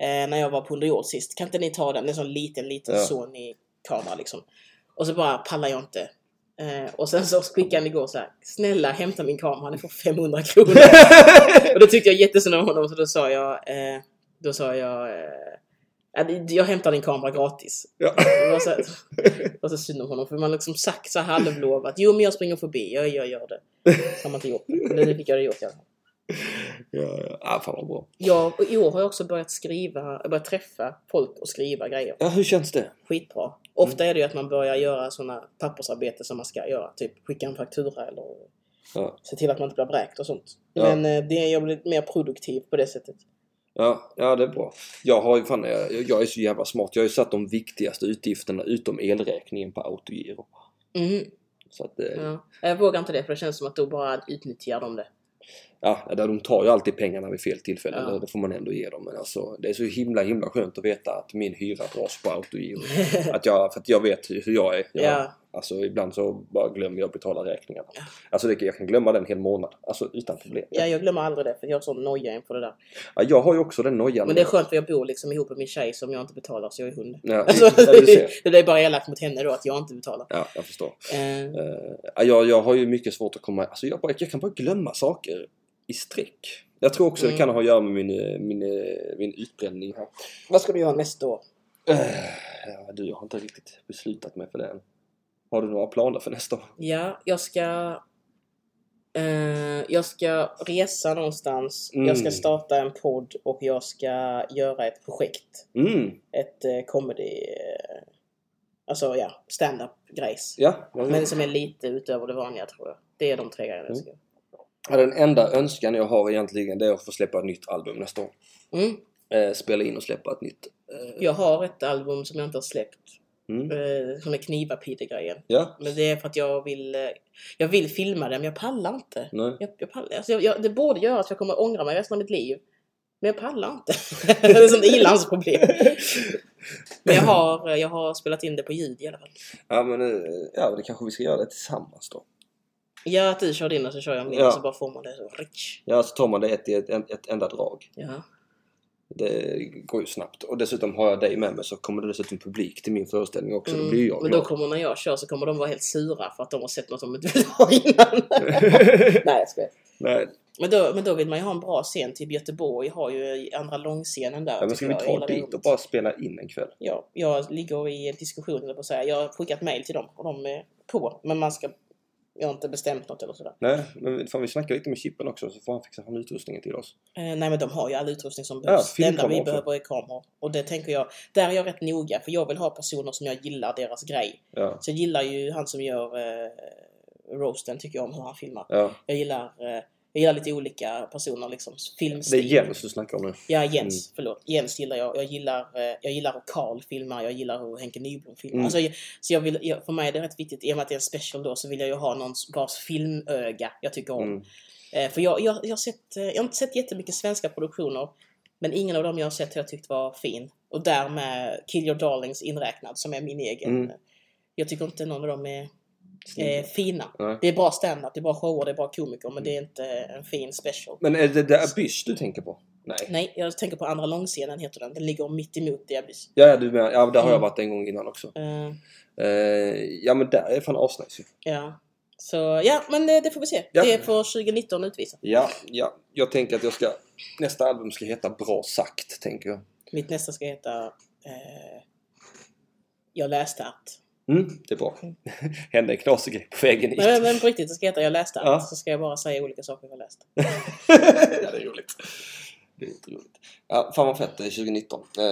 S2: eh, när jag var på Under jord sist. Kan inte ni ta den? Det är en sån liten, liten
S1: Ja.
S2: Sony-kamera liksom. Och så bara pallar jag inte. Eh, och sen så skickade han igår så här, snälla hämta min kamera, ni får 500 kronor. och då tyckte jag jättesynd om honom så då sa jag, eh, då sa jag, eh, "Äh, jag hämtar din kamera gratis.
S1: Ja.
S2: Det var så, det var så synd om honom för man har liksom sagt så här halvlovat. Jo men jag springer förbi, jag, jag gör det. Så har man inte gjort det. Men Det fick jag det gjort i alla fall.
S1: ja, ja. Ah, fan vad bra.
S2: Jag, och I år har jag också börjat skriva, jag har börjat träffa folk och skriva grejer.
S1: Ja, hur känns det?
S2: Skitbra. Ofta är det ju att man börjar göra sådana pappersarbete som man ska göra. Typ skicka en faktura eller
S1: Ja.
S2: se till att man inte blir vräkt och sånt.
S1: Ja.
S2: Men eh, det, jag blir mer produktiv på det sättet.
S1: Ja, ja, det är bra. Jag har ju fan, jag, jag är så jävla smart. Jag har ju satt de viktigaste utgifterna utom elräkningen på autogiro.
S2: Mm,
S1: Så att, eh,
S2: ja. Jag vågar inte det för det känns som att då bara utnyttjar de det.
S1: ja, där de tar ju alltid pengarna vid fel tillfälle.
S2: Ja.
S1: Det, det får man ändå ge dem. Men alltså, det är så himla, himla skönt att veta att min hyra dras på autogiro. att jag, för att jag vet hur hur jag är. Jag,
S2: Ja.
S1: Alltså ibland så bara glömmer jag att betala räkningarna. Alltså det, jag kan glömma den en hel månad. Alltså utan problem.
S2: Ja, jag glömmer aldrig det för jag har sån noja inför det där.
S1: Ja, jag har ju också den nojan.
S2: Men det är skönt för jag bor liksom ihop med min tjej som jag inte betalar så jag är hund.
S1: Ja,
S2: Alltså,
S1: ja, du ser.
S2: det blir bara elakt mot henne då att jag inte betalar.
S1: Ja, jag förstår.
S2: Eh,
S1: Eh, ja, jag, jag har ju mycket svårt att komma... Alltså jag, bara, jag kan bara glömma saker i streck. Jag tror också
S2: Mm.
S1: det kan ha att göra med min, eh, min, eh, min utbränning här.
S2: vad ska du göra nästa år?
S1: Eh, ja, du, jag har inte riktigt beslutat mig för det än. Har du några planer för nästa år?
S2: Ja, jag ska... Eh, jag ska resa någonstans.
S1: Mm.
S2: Jag ska starta en podd och jag ska göra ett projekt.
S1: Mm,
S2: Ett eh, comedy... Eh, alltså ja, stand-up grejs.
S1: ja. ja, ja.
S2: Men som är lite utöver det vanliga tror jag. Det är de tre grejerna jag ska göra.
S1: Ja, Den enda önskan jag har egentligen det är att få släppa ett nytt album nästa år.
S2: Mm.
S1: Eh, spela in och släppa ett nytt. Eh,
S2: Jag har ett album som jag inte har släppt.
S1: mm.
S2: Eh, som är Knivapide-grejen.
S1: Ja,
S2: Men det är för att jag vill, eh, jag vill filma det, men jag pallar inte.
S1: nej.
S2: Jag, jag pallar, alltså jag, jag, det borde göra att jag kommer ångra mig resten av mitt liv. Men jag pallar inte. det är ett sånt ilandsproblem. Men jag har, eh, jag har spelat in det på ljud i alla fall.
S1: Ja, men eh, ja, det kanske vi ska göra det tillsammans då.
S2: Ja, att du kör din och så kör jag min.
S1: Ja.
S2: och Så bara får man det så. rich.
S1: Ja, så tar man det ett i ett, ett, ett enda drag.
S2: Ja.
S1: Det går ju snabbt. Och dessutom har jag dig med mig så kommer det dessutom publik till min föreställning också. Då
S2: Mm.
S1: blir jag
S2: Men då
S1: glad.
S2: kommer när jag kör så kommer de vara helt sura för att de har sett något de inte vill ha innan. Nej, jag skojar.
S1: Nej,
S2: Men då, men då vill man ju ha en bra scen. Typ Göteborg har ju andra långscenen där.
S1: ja, men ska vi
S2: tycker jag.
S1: ta
S2: Jag gillar det
S1: dit och
S2: roligt.
S1: bara spela in en kväll?
S2: ja, jag ligger i en diskussion eller på att säga. Jag har skickat mail till dem och de är på. Men man ska... Jag har inte bestämt något eller sådär.
S1: Nej, men fan, vi snackar lite med Chippen också så får han fixa fram utrustningen till oss.
S2: Eh, nej men de har ju all utrustning som behövs. det enda
S1: filmkamera
S2: vi
S1: också.
S2: behöver är kameror. Och det tänker jag... Där är jag rätt noga för jag vill ha personer som jag gillar deras grej.
S1: Ja,
S2: Så jag gillar ju han som gör eh, roasten tycker jag om hur han filmar.
S1: ja.
S2: Jag gillar, eh, jag gillar lite olika personer liksom.
S1: Det är
S2: Filmstil.
S1: Jens du snackar om nu.
S2: Ja, Jens.
S1: Mm.
S2: Förlåt. Jens gillar jag. Jag gillar, eh, jag gillar hur Carl filmar. Jag gillar hur Henke Nyblom filmar.
S1: Mm.
S2: Alltså, jag, så jag vill, jag, för mig är det rätt viktigt. I och med att det är en special då så vill jag ju ha någon vars filmöga jag tycker om.
S1: Mm.
S2: Eh, för jag, jag, jag, har sett, eh, jag har inte sett jättemycket svenska produktioner. Men ingen av dem jag har sett har jag tyckt var fin. Och därmed Kill Your Darlings inräknad som är min egen.
S1: Mm.
S2: Jag tycker inte någon av dem är eh,
S1: Snyggt.
S2: fina.
S1: Nej. Mm.
S2: Det är bra stand-up, det är bra shower, det är bra komiker men det är inte en fin special.
S1: Men är det, det Abyss du tänker på? Nej.
S2: Nej, jag tänker på andra långsidan heter den. Den ligger mitt emot Diabys.
S1: Ja, ja, du menar, ja, där har jag
S2: Mm.
S1: varit en gång innan också.
S2: Eh,
S1: Eh, ja, men där är fan asnice ju.
S2: ja. Så ja, men eh, det, det får vi se.
S1: Ja.
S2: Det får 2019 utvisa.
S1: Ja, ja. Jag tänker att jag ska... Nästa album ska heta Bra sagt, tänker jag.
S2: Mitt nästa ska heta eh, Jag läste att.
S1: Mm, det är bra. Hände en knasig grej på vägen hit.
S2: Men, men på riktigt, det ska heta Jag läste att.
S1: Ja.
S2: Så ska jag bara säga olika saker jag läst.
S1: ja, det är roligt. Det är inte roligt. Ja, fan vad fett det är 2019. Eh,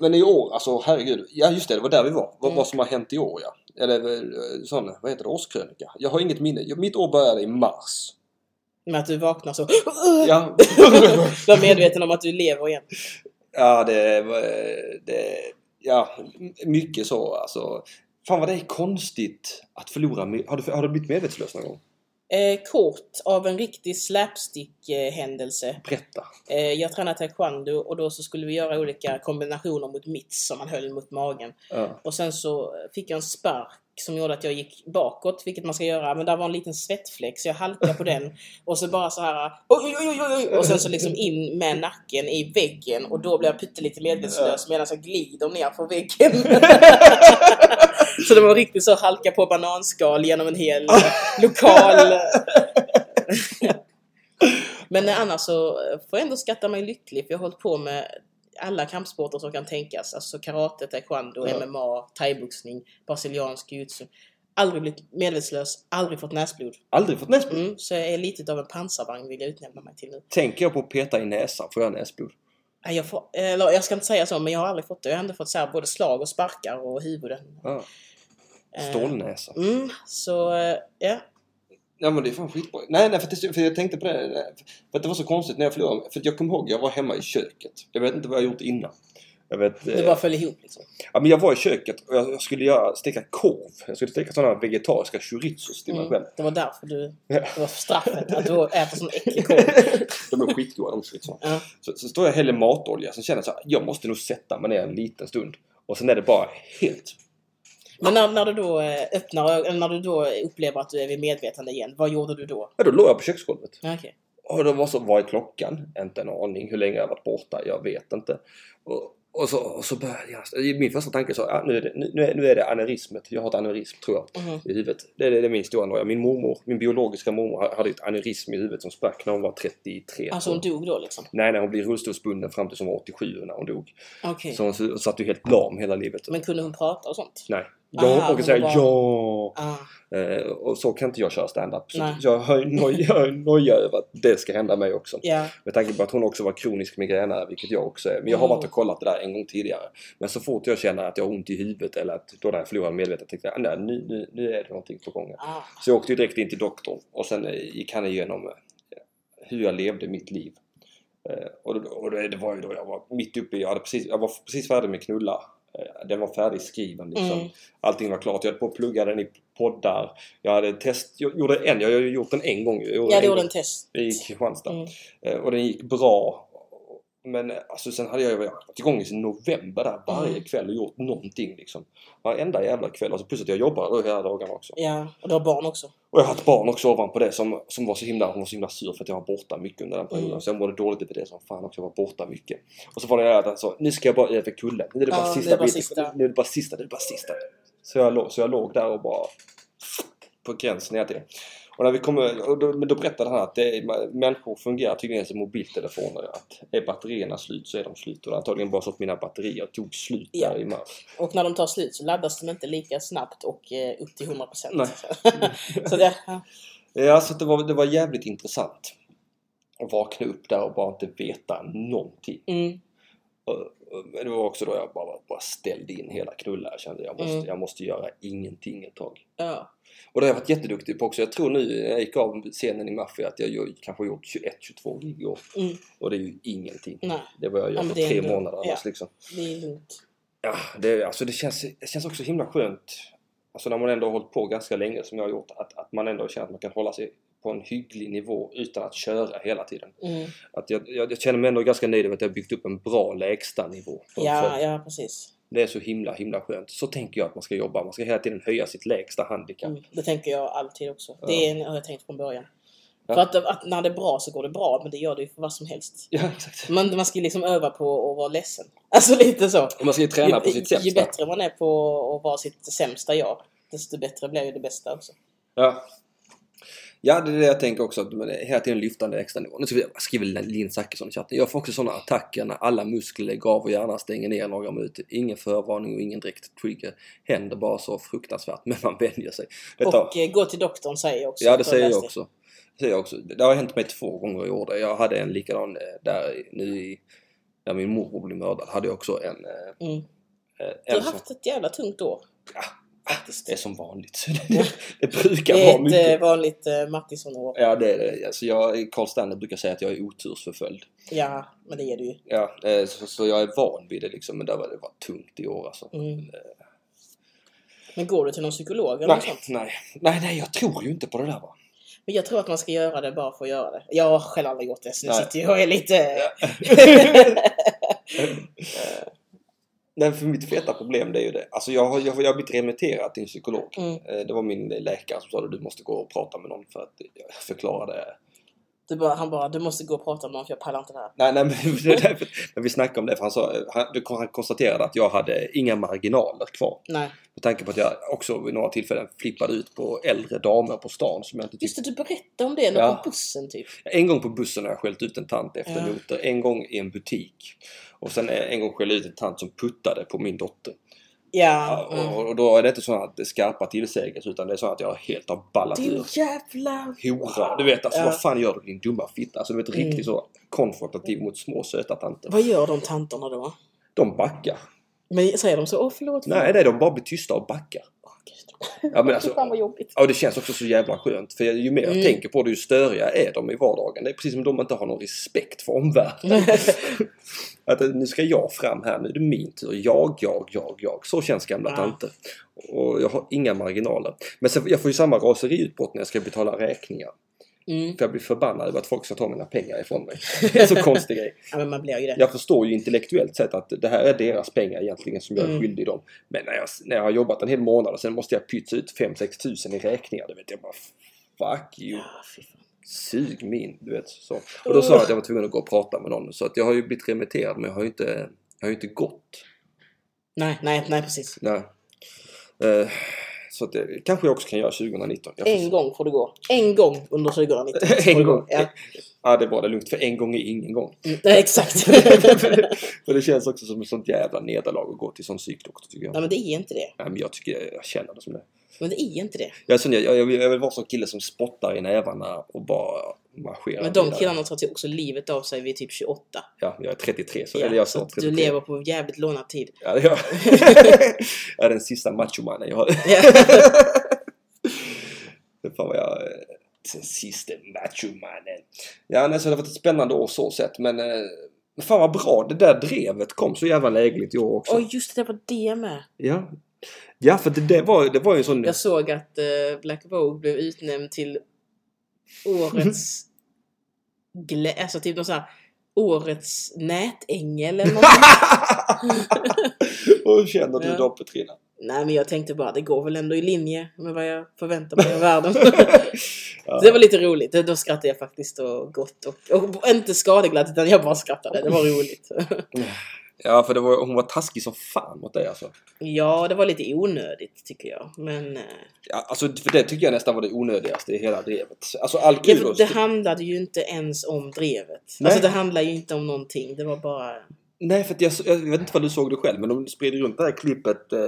S1: men i år, alltså herregud. Ja just det, det var där vi var. Vad,
S2: Mm.
S1: vad som har hänt i år ja. Eller eh, sån, vad heter det, årskrönika. Jag har inget minne. Mitt år började i mars.
S2: Med att du vaknar så...
S1: Ja,
S2: du är medveten om att du lever igen.
S1: ja det, var, eh, det... Ja, m- mycket så alltså. Fan vad det är konstigt att förlora. med- Har du, har du blivit medvetslös någon gång?
S2: Eh, kort av en riktig slapstick-händelse.
S1: Berätta.
S2: Eh, jag tränade taekwondo och då så skulle vi göra olika kombinationer mot mitts som man höll mot magen.
S1: Ja.
S2: Och sen så fick jag en spark som gjorde att jag gick bakåt, vilket man ska göra. Men där var en liten svettfläck, så jag halkade på den. Och så bara så här, oj, oj, oj, oj, oj, och sen så liksom in med nacken i väggen. Och då blev jag pyttelite medvetslös medan jag glider ner för väggen. så det var riktigt så halka på bananskal genom en hel eh, lokal. Men eh, annars så eh, får jag ändå skatta mig lycklig för jag har hållit på med alla kampsporter som kan tänkas. Alltså karate, taekwondo,
S1: Ja.
S2: MMA, thaiboxning, brasiliansk jujutsu. Aldrig blivit medvetslös, aldrig fått näsblod.
S1: Aldrig fått näsblod.
S2: Mm, så jag är lite av en pansarvagn vill jag utnämna mig till nu.
S1: Tänker jag på att peta i näsan får jag näsblod.
S2: Nej, Jag, får, eh, eller, jag ska inte säga så, men jag har aldrig fått det. Jag har ändå fått så här, både slag och sparkar och huvuden.
S1: Ja.
S2: Eh,
S1: Stålnäsa.
S2: Mm, så eh, ja.
S1: Ja men det är fan skitbra. Nej, nej för, det, för jag tänkte på det. nej, För att det var så konstigt när jag förlorade. För att jag kommer ihåg, jag var hemma i köket. Jag vet inte vad jag gjort innan. Jag vet...
S2: Det
S1: eh,
S2: bara föll ihop liksom.
S1: Ja men jag var i köket och jag jag skulle göra, steka korv. Jag skulle steka sådana vegetariska chorizos till mig
S2: Mm,
S1: själv.
S2: det var därför du...
S1: Ja.
S2: Det var straffet att du äter sån äcklig korv.
S1: de är skitgoda de chorizoserna.
S2: Ja.
S1: Så, så står jag och häller matolja. Sen känner jag så här, jag måste nog sätta mig ner en liten stund. Och sen är det bara helt...
S2: Men när, när du då eh, öppnar ö- eller när du då upplever att du är vid medvetande igen, vad gjorde du då?
S1: Ja, då låg jag på köksgolvet.
S2: Ja, Okej.
S1: Och då var så, vad är klockan? Inte en aning. Hur länge har jag varit borta? Jag vet inte. Och, och, så, och så började jag... Min första tanke så, ja, nu, är det, nu, nu är- nu är det aneurysmet. Jag har ett aneurysm, tror jag,
S2: Mhm.
S1: i huvudet. Det är, det är min stora noja. Min mormor, min biologiska mormor, hade ett aneurysm i huvudet som sprack när hon var 33.
S2: Alltså hon dog då liksom?
S1: Nej, nej, hon blev rullstolsbunden fram tills hon var 87 när hon dog.
S2: Okej.
S1: Så hon s- satt ju helt lam hela livet.
S2: Men Ah, kunde hon prata och sånt?
S1: Nej.
S2: Aha,
S1: Ja, och
S2: hon
S1: säga
S2: var-
S1: ja.
S2: Ah,
S1: Eh, och så kan inte jag köra stand-up. Så
S2: Nej.
S1: jag har ju noja- jag har ju noja över att det ska hända mig också.
S2: ja.
S1: Med tanke på att hon också var kronisk migränare, vilket jag också är. Men jag har
S2: Mm.
S1: varit och kollat det där en gång tidigare. Men så fort jag känner att jag har ont i huvudet eller att då när jag förlorar medvetet tänkte jag "Ah, nej, nu, nu, nu är det någonting på gång. här."
S2: Ah.
S1: Så jag åkte ju direkt in till doktorn och sen eh, gick han igenom eh, hur jag levde mitt liv. Eh, Och, då, och det det var ju då jag var mitt uppe i, jag, hade precis, jag var precis färdig med knulla. Eh, Den var färdigskriven liksom.
S2: Mm.
S1: Allting var klart. Jag hade på att plugga den i poddar. Jag hade test, jag gjorde en, jag har ju gjort den en gång. Jag gjorde
S2: Ja, det
S1: en
S2: gjorde
S1: gång
S2: en test.
S1: i Kristianstad.
S2: Mm.
S1: Eh, Och den gick bra. Men eh, alltså, sen hade jag ju varit igång i november där varje
S2: Mm.
S1: kväll och gjort någonting liksom. Varenda jävla kväll. Alltså, plus att jag jobbar då hela dagarna också.
S2: Ja, och du har barn också.
S1: Och jag har ett barn också ovanpå det som, som var så himla, hon var så himla sur för att jag var borta mycket under den perioden.
S2: Mm.
S1: Så jag mådde dåligt över det som fan också, jag var borta mycket. Och så var det jag att så, nu ska jag bara över kullen. Nu är det bara
S2: Ja,
S1: sista
S2: det är bara
S1: biten.
S2: sista.
S1: Nu är det bara sista, nu är det bara sista. Så jag, låg- så jag låg där och bara på gränsen ner till det. Och när vi kommer, och då, men då berättade han att det, är- människor fungerar tydligen som mobiltelefoner. Att är batterierna slut så är de slut. Och det är antagligen bara så att mina batterier tog slut där
S2: Ja.
S1: i mars.
S2: Och när de tar slut så laddas de inte lika snabbt och eh, upp till 100%.
S1: Nej.
S2: så det, ja.
S1: Ja, så att Eh, alltså, det var, det var jävligt intressant. Att vakna upp där och bara inte veta någonting.
S2: mm.
S1: Och- och- Men det var också då jag bara, bara ställde in hela knullar. Jag kände jag måste,
S2: Mm.
S1: jag måste göra ingenting ett tag.
S2: ja.
S1: Och det har jag varit jätteduktig på också. Jag tror nu när jag gick av scenen i Mafia att jag gör, kanske gjort 21-22 gig i år.
S2: Mm.
S1: Och det är ju ingenting.
S2: Nej,
S1: Det var jag
S2: Mm. Ja,
S1: gör
S2: men
S1: på
S2: det är
S1: tre
S2: ändå-
S1: månader
S2: ja.
S1: annars liksom.
S2: det är lugnt.
S1: Ja, det, alltså det, känns, det känns också himla skönt. Alltså när man ändå har hållit på ganska länge som jag har gjort. Att, att man ändå känner att man kan hålla sig på en hygglig nivå utan att köra hela tiden.
S2: Mm.
S1: Att jag, jag, jag känner mig ändå ganska nöjd över att jag har byggt upp en bra lägstanivå. För, för
S2: Ja, ja, precis.
S1: Det är så himla himla skönt. Så tänker jag att man ska jobba. Man ska hela tiden höja sitt lägsta handikapp.
S2: Mm, det tänker jag alltid också.
S1: Ja.
S2: Det är, har jag tänkt från början.
S1: Ja.
S2: För att, att när det är bra så går det bra, men det gör det ju för vad som helst.
S1: Ja, exakt.
S2: Man, man ska ju liksom öva på att vara ledsen. Alltså lite så.
S1: Och man ska ju träna på
S2: ju,
S1: sitt
S2: ju
S1: sämsta.
S2: bättre man är på att vara sitt sämsta jag, desto bättre blir ju det bästa också.
S1: Ja. ja, det är det jag tänker också. Att man är hela tiden lyftande extra nivå. Nu ska vi- jag skriver Linn Zachrisson i chatten. Jag får också sådana attacker när alla muskler lägger av och hjärnan stänger ner några minuter. Ingen förvarning och ingen direkt trigger. Händer bara så fruktansvärt, men man vänjer sig. Det tar-
S2: Och eh, gå till doktorn säger jag också.
S1: Ja,
S2: att
S1: det
S2: har
S1: säger
S2: läst
S1: jag också. Det, säger jag också. det har hänt mig två gånger i år. där. Jag hade en likadan eh, där i- nu i, när min morbror blev mördad. hade jag också en... eh,
S2: Mm.
S1: eh,
S2: Du har
S1: en som,
S2: haft ett jävla tungt år.
S1: Ja.
S2: Faktiskt.
S1: det är som vanligt. det, brukar
S2: Det
S1: vara
S2: är ett
S1: mycket.
S2: eh, vanligt eh, Mattisson-år.
S1: Ja, det är det. Alltså jag, Carl Stanley brukar säga att jag är otursförföljd.
S2: Ja, men det är du ju.
S1: Ja, eh, så, så jag är van vid det liksom. Men där var det var tungt i år alltså.
S2: Mm. Men går du till någon psykolog eller något
S1: Nej,
S2: sånt?
S1: nej, nej, nej, jag tror ju inte på det där va.
S2: Men jag tror att man ska göra det bara för att göra det. Jag har själv aldrig gjort det, så nu
S1: Nej.
S2: sitter jag och är lite...
S1: Nej, för mitt feta problem det är ju det. Alltså jag har, jag, har- jag har blivit remitterad till en psykolog.
S2: Mm.
S1: Eh, Det var min läkare som sa att du måste gå och prata med någon för att jag förklarade...
S2: Du bara, han bara, du måste gå och prata med någon för jag pallar inte det här.
S1: Nej, nej, men det är därför- men vi snackade om det för han sa... Han, du- han konstaterade att jag hade inga marginaler kvar.
S2: Nej.
S1: Med tanke på att jag också vid några tillfällen flippade ut på äldre damer på stan som jag inte
S2: Just
S1: tyckte...
S2: det, du berättade om det när
S1: Ja.
S2: på bussen typ.
S1: En gång på bussen har jag skällt ut en tant efter
S2: Ja.
S1: noter. En gång i en butik. Och sen eh, en gång skällde jag ut en tant som puttade på min dotter. Ja,
S2: Ja. Mm.
S1: och, och då är det inte så att det är skarpa tillsägelser utan det är så att jag helt har ballat
S2: Din
S1: ur.
S2: jävla...
S1: Hora! Du vet alltså
S2: Ja.
S1: vad fan gör du din dumma fitta? Alltså du vet
S2: Mm.
S1: riktigt så konfrontativ mot små söta tanter.
S2: Vad gör de tanterna då?
S1: De backar.
S2: Men säger de så, åh förlåt.
S1: Nej, det är de bara blir tysta och backar. Ja men
S2: Alltså, Fan vad
S1: alltså.
S2: jobbigt.
S1: Ja, det känns också så jävla skönt för ju mer
S2: Mm.
S1: jag tänker på det ju större är de i vardagen. Det är precis som de inte har någon respekt för omvärlden. att eh, nu ska jag fram här, nu är det min tur. Jag, jag, jag, jag. Så känns gamla
S2: Ja.
S1: tanter. Och jag har inga marginaler. Men sen, jag får ju samma raseriutbrott när jag ska betala räkningar.
S2: Mm.
S1: För jag blir förbannad över att folk ska ta mina pengar ifrån mig. Det är så konstig grej.
S2: Ja, men man blir ju det.
S1: Jag förstår ju intellektuellt sett att det här är deras pengar egentligen som jag är
S2: Mm.
S1: skyldig dem. Men när jag, när jag har jobbat en hel månad och sen måste jag pytsa ut 5-6 tusen i räkningar. Du vet, jag bara fuck you.
S2: Ah, fy fan.
S1: Sug min. Du vet, så. Och då sa jag att jag var tvungen att gå och prata med någon. Så att jag har ju blivit remitterad men jag har ju inte, jag har ju inte gått.
S2: Nej, nej, nej precis.
S1: Nej. Eh, så att det kanske jag också kan göra 2019. Jag får se.
S2: En gång får du gå. En gång under 2019. får du
S1: en
S2: gå.
S1: gång.
S2: Ja.
S1: Ja, det är bra. Det är lugnt. För en gång är ingen gång.
S2: Mm, nej, exakt.
S1: Men det känns också som ett sånt jävla nederlag att gå till sån psykdoktor tycker jag.
S2: nej, men det är inte det.
S1: Nej, men jag tycker jag, jag känner det som det.
S2: Men det är inte det.
S1: Jag, är sån, jag, jag, jag vill- jag vill vara sån kille som spottar i nävarna och bara marscherar
S2: Men de
S1: vidare.
S2: killarna tar till också livet av sig vid typ 28.
S1: Ja, jag är 33 så,
S2: Ja,
S1: eller jag
S2: så
S1: sa typ
S2: att
S1: 33.
S2: du lever på jävligt lånad tid.
S1: Ja, det gör jag. jag är den sista machomannen jag har.
S2: Ja.
S1: Fan vad jag... eh, Den sista machomannen. Ja, nej, så det har varit ett spännande år så sett men... eh, Fan vad bra, det där drevet kom så jävla lägligt i år också.
S2: Och just det, där var det med.
S1: Ja. Ja, för det, det, var, det var ju en sån...
S2: Jag såg att eh, Black Vogue blev utnämnd till årets... glä... Alltså typ någon sån här årets nätängel eller något.
S1: Hur känner du
S2: Ja.
S1: då Petrina?
S2: Nej men jag tänkte bara, det går väl ändå i linje med vad jag förväntar mig av världen.
S1: Ja.
S2: Så det var lite roligt. Då skrattade jag faktiskt och gott och, och inte skadeglatt utan jag bara skrattade. Det var roligt.
S1: Ja, för det var, hon var taskig som fan mot dig alltså.
S2: Ja, det var lite onödigt tycker jag. Men eh,
S1: Ja, alltså för det tycker jag nästan var det onödigaste i hela drevet. Alltså all
S2: ja, för
S1: kudos.
S2: det handlade ju inte ens om drevet.
S1: Nej.
S2: Alltså det handlade ju inte om någonting. Det var bara...
S1: Nej, för att jag, jag vet inte vad du såg det själv, men de spred runt det här klippet eh,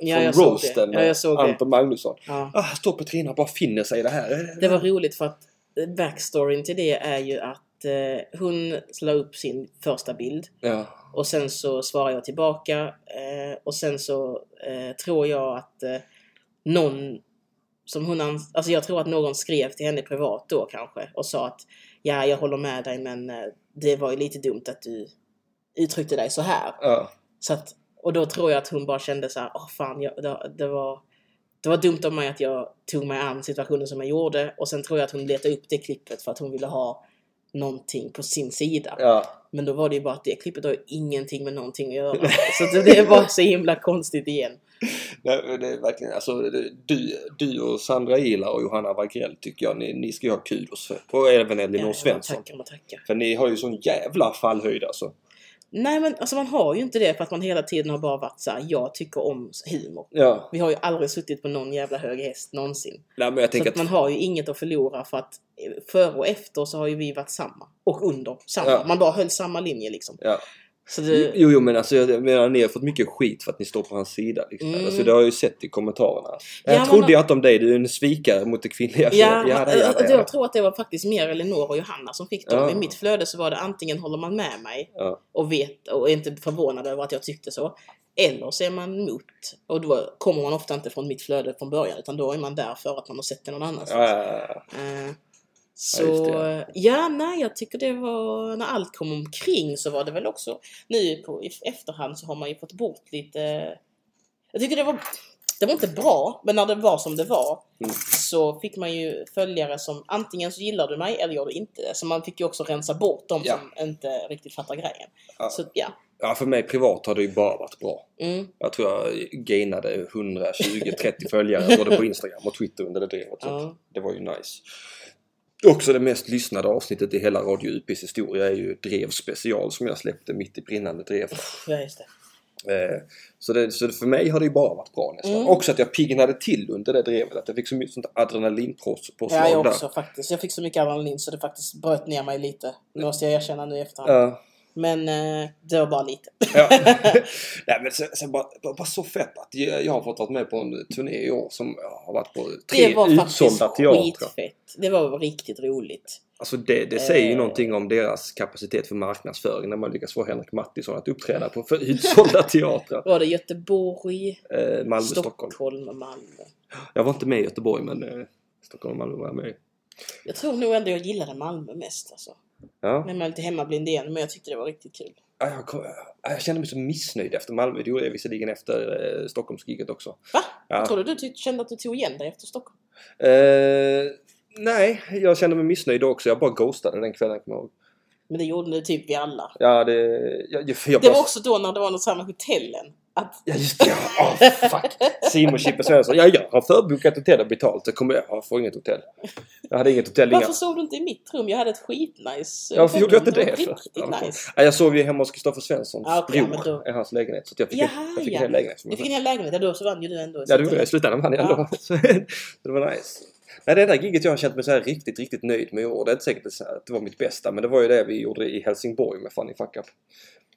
S2: Ja,
S1: från
S2: jag såg det.
S1: roasten
S2: Ja, jag såg det.
S1: Anton Magnusson.
S2: Ja.
S1: Ah, här står Petrina och bara finner sig i det här.
S2: Det var roligt för att eh, backstoryn till det är ju att eh, hon la upp sin första bild.
S1: Ja.
S2: Och sen så svarar jag tillbaka eh, och sen så eh, tror jag att eh, någon som hon ans- alltså jag tror att någon skrev till henne privat då kanske och sa att ja, jag håller med dig men eh, det var ju lite dumt att du uttryckte dig så här.
S1: ja.
S2: Så att, och då tror jag att hon bara kände så här, åh fan, jag, det, det var det var dumt av mig att jag tog mig an situationen som jag gjorde och sen tror jag att hon letade upp det klippet för att hon ville ha någonting på sin sida.
S1: ja.
S2: Men då var det ju bara att det klippet har ju ingenting med någonting att göra. Så att det var så himla konstigt igen.
S1: Nej, det är verkligen, alltså, det- du, du och Sandra Ilar och Johanna Wagrell tycker jag ni, ni ska ju ha kudos för. Och även Elinor Svensson.
S2: Tackar, man tackar.
S1: För ni har ju sån jävla fallhöjd alltså.
S2: Nej men alltså man har ju inte det för att man hela tiden har bara varit såhär, jag tycker om humor.
S1: Ja.
S2: Vi har ju aldrig suttit på någon jävla hög häst någonsin.
S1: Nej men jag
S2: Så
S1: tänker
S2: att man
S1: att...
S2: har ju inget att förlora för att eh, före och efter så har ju vi varit samma. Och under samma.
S1: Ja.
S2: Man bara höll samma linje liksom.
S1: Ja.
S2: Så
S1: Jo,
S2: det,
S1: jo men alltså jag menar ni har fått mycket skit för att ni står på hans sida liksom.
S2: Mm.
S1: Alltså det har jag ju sett i kommentarerna.
S2: Ja,
S1: jag
S2: men-
S1: trodde jag att om dig, du är en svikare mot det kvinnliga
S2: ja,
S1: könet.
S2: ja,
S1: det är det.
S2: jag tror att det var faktiskt mer Elinor och Johanna som fick dem.
S1: Ja.
S2: I mitt flöde så var det antingen håller man med mig
S1: Ja.
S2: och vet och är inte förvånad över att jag tyckte så. Eller så är man emot. Och då kommer man ofta inte från mitt flöde från början utan då är man där för att man har sett det någon annanstans.
S1: Ja, ja, ja.
S2: Eh,
S1: just
S2: Så,
S1: det,
S2: ja. nej, jag tycker det var, när allt kom omkring så var det väl också, nu på, i efterhand så har man ju fått bort lite, jag tycker det var, det var inte bra, men när det var som det var
S1: Mm.
S2: så fick man ju följare som antingen så gillar du mig eller gör du inte det. Så man fick ju också rensa bort de
S1: Ja.
S2: som inte riktigt fattar grejen.
S1: Ja.
S2: Så ja.
S1: ja för mig privat har det ju bara varit bra.
S2: Mm.
S1: Jag tror jag gainade 120-30 följare både på Instagram och Twitter under det drevet. Så
S2: Ja.
S1: Det var ju nice. Också det mest lyssnade avsnittet i hela Radio UPs historia är ju Drev special som jag släppte mitt i brinnande drev.
S2: ja, just det.
S1: Eh, Så, det, så för mig har det ju bara varit bra nästan.
S2: Mm.
S1: Också att jag piggnade till under det drevet. Att jag fick så mycket sånt
S2: Ja,
S1: adrenalinpåslag
S2: jag
S1: där.
S2: också faktiskt. Jag fick så mycket adrenalin så det faktiskt bröt ner mig lite. Måste jag erkänna nu i efterhand.
S1: Mm. Ja.
S2: Men eh, det var bara lite.
S1: Ja. Nej men sen, sen bara, bara, bara så fett att jag, jag har fått vara med på en turné i år som har varit på tre
S2: Det var faktiskt
S1: utsålda teatrar.
S2: skitfett. Det var riktigt roligt.
S1: Alltså det, det säger ju
S2: Eh.
S1: någonting om deras kapacitet för marknadsföring när man lyckas få Henrik Mattisson att uppträda på för utsålda teatrar.
S2: Var det Göteborg,
S1: Eh, Malmö, Stockholm.
S2: Stockholm. och Malmö?
S1: Jag var inte med i Göteborg men eh, Stockholm och Malmö var jag med i.
S2: Jag tror nog ändå jag gillade Malmö mest alltså.
S1: Ja.
S2: Nu är man lite hemmablind igen, men jag tyckte det var riktigt kul.
S1: Ah, Jag, kom, ah, jag kände mig så missnöjd efter Malmö. Det gjorde jag visserligen efter eh, Stockholmsgiget också.
S2: Va?
S1: Ja.
S2: Jag trodde du tyckte, kände att du tog igen dig efter Stockholm.
S1: Eh, nej, jag kände mig missnöjd då också. Jag bara ghostade den kvällen kommer jag ihåg.
S2: Men det gjorde nu typ vi alla.
S1: Ja, det... Jag, jag, jag
S2: Det
S1: bara,
S2: var också då när det var något så här med hotellen. Att,
S1: Ja, just det. Ja, oh, fuck. Simon Chippe Svensson. Ja, jag har förbokat hotell och betalt. Jag kommer... Jag får inget hotell. Jag hade inget hotell. Inga...
S2: varför sov du inte i mitt rum? Jag hade ett skitnice
S1: Ja, varför gjorde jag inte
S2: var
S1: det för?
S2: Riktigt
S1: Ja, men-
S2: nice.
S1: Ja, jag sov ju hemma hos Kristoffer Svenssons
S2: Ja, Ah, okej,
S1: bror
S2: men då-
S1: i hans lägenhet. Så att jag fick,
S2: Jaha,
S1: jag fick
S2: ja.
S1: en hel lägenhet. för
S2: Ni
S1: mig
S2: fick
S1: själv.
S2: en hel lägenhet, ja, då så vann ju du ändå.
S1: Ja, det gjorde jag. I slutändan vann jag ändå. Så det var nice. Nej, det enda giget jag har känt mig så här riktigt, riktigt nöjd med i år. Det är inte säkert så här att det var mitt bästa, men det var ju det vi gjorde i Helsingborg med Funny Fuck Up.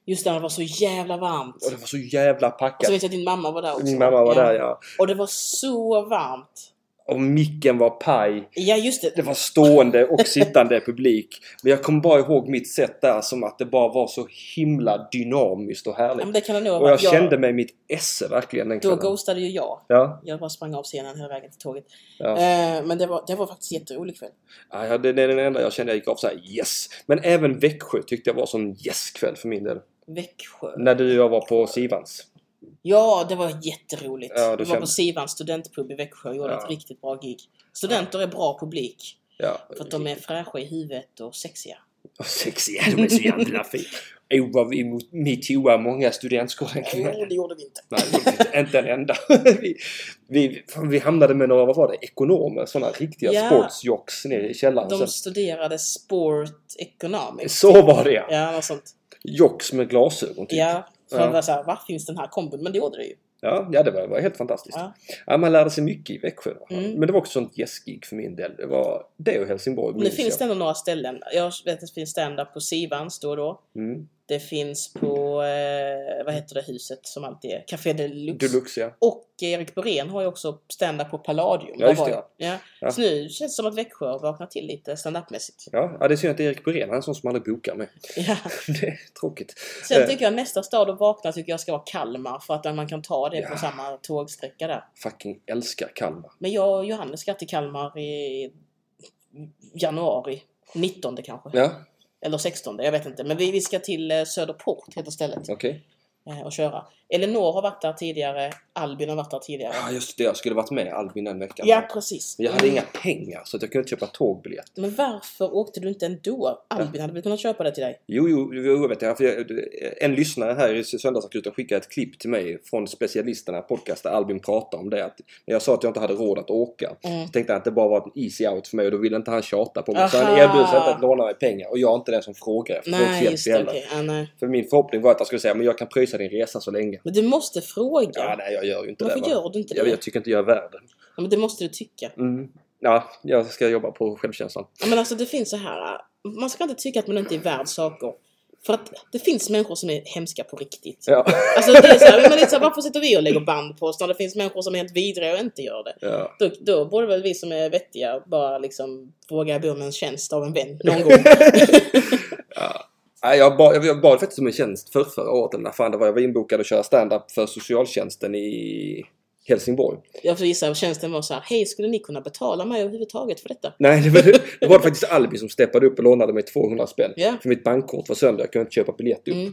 S2: Just det, det var så jävla varmt.
S1: Och det var så jävla
S2: Och så
S1: packat.
S2: vet jag att din mamma var där Alltså, också.
S1: Min mamma var där, ja.
S2: Och det var så varmt.
S1: Och micken var paj.
S2: Ja, just det.
S1: Det var stående och sittande publik. Men jag kommer bara ihåg mitt sätt där som att det bara var så himla dynamiskt och
S2: Ja,
S1: härligt.
S2: men det kan det nog ha
S1: Och jag
S2: varit.
S1: kände mig mitt esse verkligen den
S2: Då
S1: kvällen.
S2: ghostade ju jag.
S1: Ja,
S2: Jag bara sprang av scenen hela vägen till tåget.
S1: ja.
S2: Eh, men det var, det var faktiskt jätterolig kväll.
S1: Ja, ja, det, det är den enda jag kände jag gick av så här yes. Men även Växjö tyckte jag var sån yes-kväll för min del.
S2: Växjö.
S1: När du och jag var på Sivans.
S2: Ja, det var jätteroligt.
S1: Ja, du
S2: vi var
S1: kände-
S2: på Sivans studentpub i Växjö och gjorde
S1: Ja.
S2: ett riktigt bra gig. Studenter är bra publik.
S1: Ja.
S2: För att de är fräscha i huvudet och sexiga.
S1: Och sexiga, de är så jävla fina. Oh, vad vi mot- metooade många studentskor den kvällen.
S2: Jo, det gjorde vi inte.
S1: Nej, inte en enda. Vi, vi, fan, vi hamnade med några, vad var det, ekonomer? Sådana riktiga
S2: Ja.
S1: sportsjocks nere i källaren.
S2: De
S1: sen.
S2: studerade sport economics.
S1: Så var det ja!
S2: Ja, något sånt.
S1: Jocks med glasögon typ. Ja,
S2: Ja. Så
S1: Ja.
S2: det var så här, var finns den här kombon? Men det gjorde det ju.
S1: ja, det var, var helt fantastiskt. Ja.
S2: Ja.
S1: man lärde sig mycket i Växjö.
S2: Mm.
S1: Men det var också sånt gästgig för min del. Det var det och Helsingborg.
S2: Men det
S1: minns
S2: finns det
S1: jag.
S2: ändå några ställen. Jag vet att det finns stand-up på Sivans då och då.
S1: Mm.
S2: Det finns på, eh, vad heter det huset som alltid är? Café Deluxe.
S1: Deluxe ja.
S2: Och Erik Borén har ju också stand-up på Palladium.
S1: Ja,
S2: Där
S1: just
S2: var
S1: det.
S2: jag. Ja.
S1: Ja.
S2: Så nu känns det som att Växjö har vaknat till lite stand-up-mässigt.
S1: ja. Ja, det är synd att Erik Borén, han är en sån som aldrig bokar med.
S2: Ja.
S1: det är tråkigt. Eh.
S2: Sen tycker jag nästa stad att vakna tycker jag ska vara Kalmar för att man kan ta det
S1: Ja.
S2: på samma tågsträcka där.
S1: Fucking älskar Kalmar.
S2: Men jag och Johannes ska till Kalmar i januari. 19 kanske.
S1: Ja,
S2: Eller 16, jag vet inte. Men vi, vi ska till eh, Söderport heter stället.
S1: okej.
S2: eh, och köra. Elinor har varit där tidigare. Albin har varit där tidigare.
S1: Ja, just det. Jag skulle varit med Albin den veckan.
S2: Ja, precis. Mm.
S1: Men jag hade inga pengar så att jag kunde inte köpa tågbiljett.
S2: Men varför åkte du inte ändå? Albin hade väl kunnat köpa det till dig?
S1: Jo, jo, jo, jag vet det. För jag, en lyssnare här i Söndagsakuten skickade ett klipp till mig från specialisterna podcast där Albin pratade om det. Att, när jag sa att jag inte hade råd att åka.
S2: Mm.
S1: Så tänkte han att det bara var en easy out för mig och då ville inte han tjata på mig. Så
S2: Aha.
S1: han erbjöd sig inte att låna mig pengar och jag är inte den som frågar efter folks
S2: Nej,
S1: hjälp
S2: just det.
S1: heller.
S2: Okej. Ja, nej.
S1: För min förhoppning var att han skulle säga men jag kan pröjsa din resa så länge.
S2: Men du måste fråga.
S1: Ja, nej jag gör ju inte
S2: Varför
S1: det. va?
S2: gör du inte
S1: jag,
S2: det?
S1: jag tycker inte jag är värd det.
S2: Ja, men det måste du tycka.
S1: Mm. Ja, jag ska jobba på självkänslan.
S2: Ja, Men alltså det finns så här. äh, Man ska inte tycka att man inte är värd saker. För att det finns människor som är hemska på riktigt.
S1: Ja.
S2: Alltså det är så här, men det är så här, varför sitter vi och lägger band på oss när det finns människor som är helt vidriga och inte gör det?
S1: ja.
S2: Då, då borde väl vi som är vettiga bara liksom våga be om en tjänst av en vän någon gång.
S1: Nej, jag, bad, jag, jag bad faktiskt om en tjänst för förra året. Eller när fan det var jag var inbokad att köra stand-up för socialtjänsten i Helsingborg.
S2: Jag får gissa, tjänsten var så här, hej skulle ni kunna betala mig överhuvudtaget för detta?
S1: Nej, det var, det var faktiskt Albi som steppade upp och lånade mig 200 spänn.
S2: Ja.
S1: För mitt bankkort var sönder, jag kunde inte köpa biljett upp.
S2: Mm.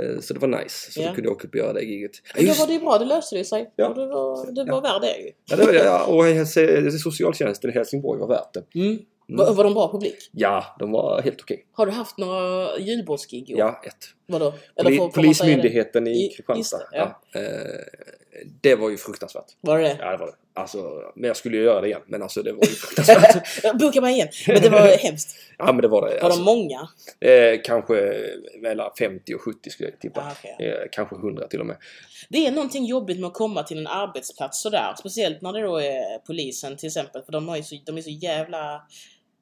S1: Eh, Så det var nice. Så
S2: Ja.
S1: då kunde jag åka upp och göra det giget. Ja,
S2: Men då
S1: just
S2: var det ju bra, det löste ju sig.
S1: Ja.
S2: Och du var, du var värd det ju.
S1: Ja, det var, ja, och helse- socialtjänsten i Helsingborg var värt det.
S2: Mm. Var, var de bra publik?
S1: Ja, de var helt okej.
S2: Har du haft några julbordsgig i år?
S1: Ja, ett.
S2: Vadå?
S1: Poli-
S2: får- får man säga det?
S1: polismyndigheten
S2: I-
S1: i
S2: just
S1: Kristianstad.
S2: det, ja.
S1: Ja. Eh, det var ju fruktansvärt.
S2: Var det det?
S1: Ja, det var det. Alltså, men jag skulle ju göra det igen. Men alltså det var ju fruktansvärt.
S2: Boka mig igen! Men det var hemskt.
S1: ja, men det var det.
S2: Var
S1: Alltså,
S2: de många?
S1: eh, kanske mellan 50 och 70 skulle jag tippa.
S2: Ah, okej.
S1: Eh, kanske 100 till och med.
S2: Det är någonting jobbigt med att komma till en arbetsplats sådär. Speciellt när det då är polisen till exempel. För de, har ju så, de är så jävla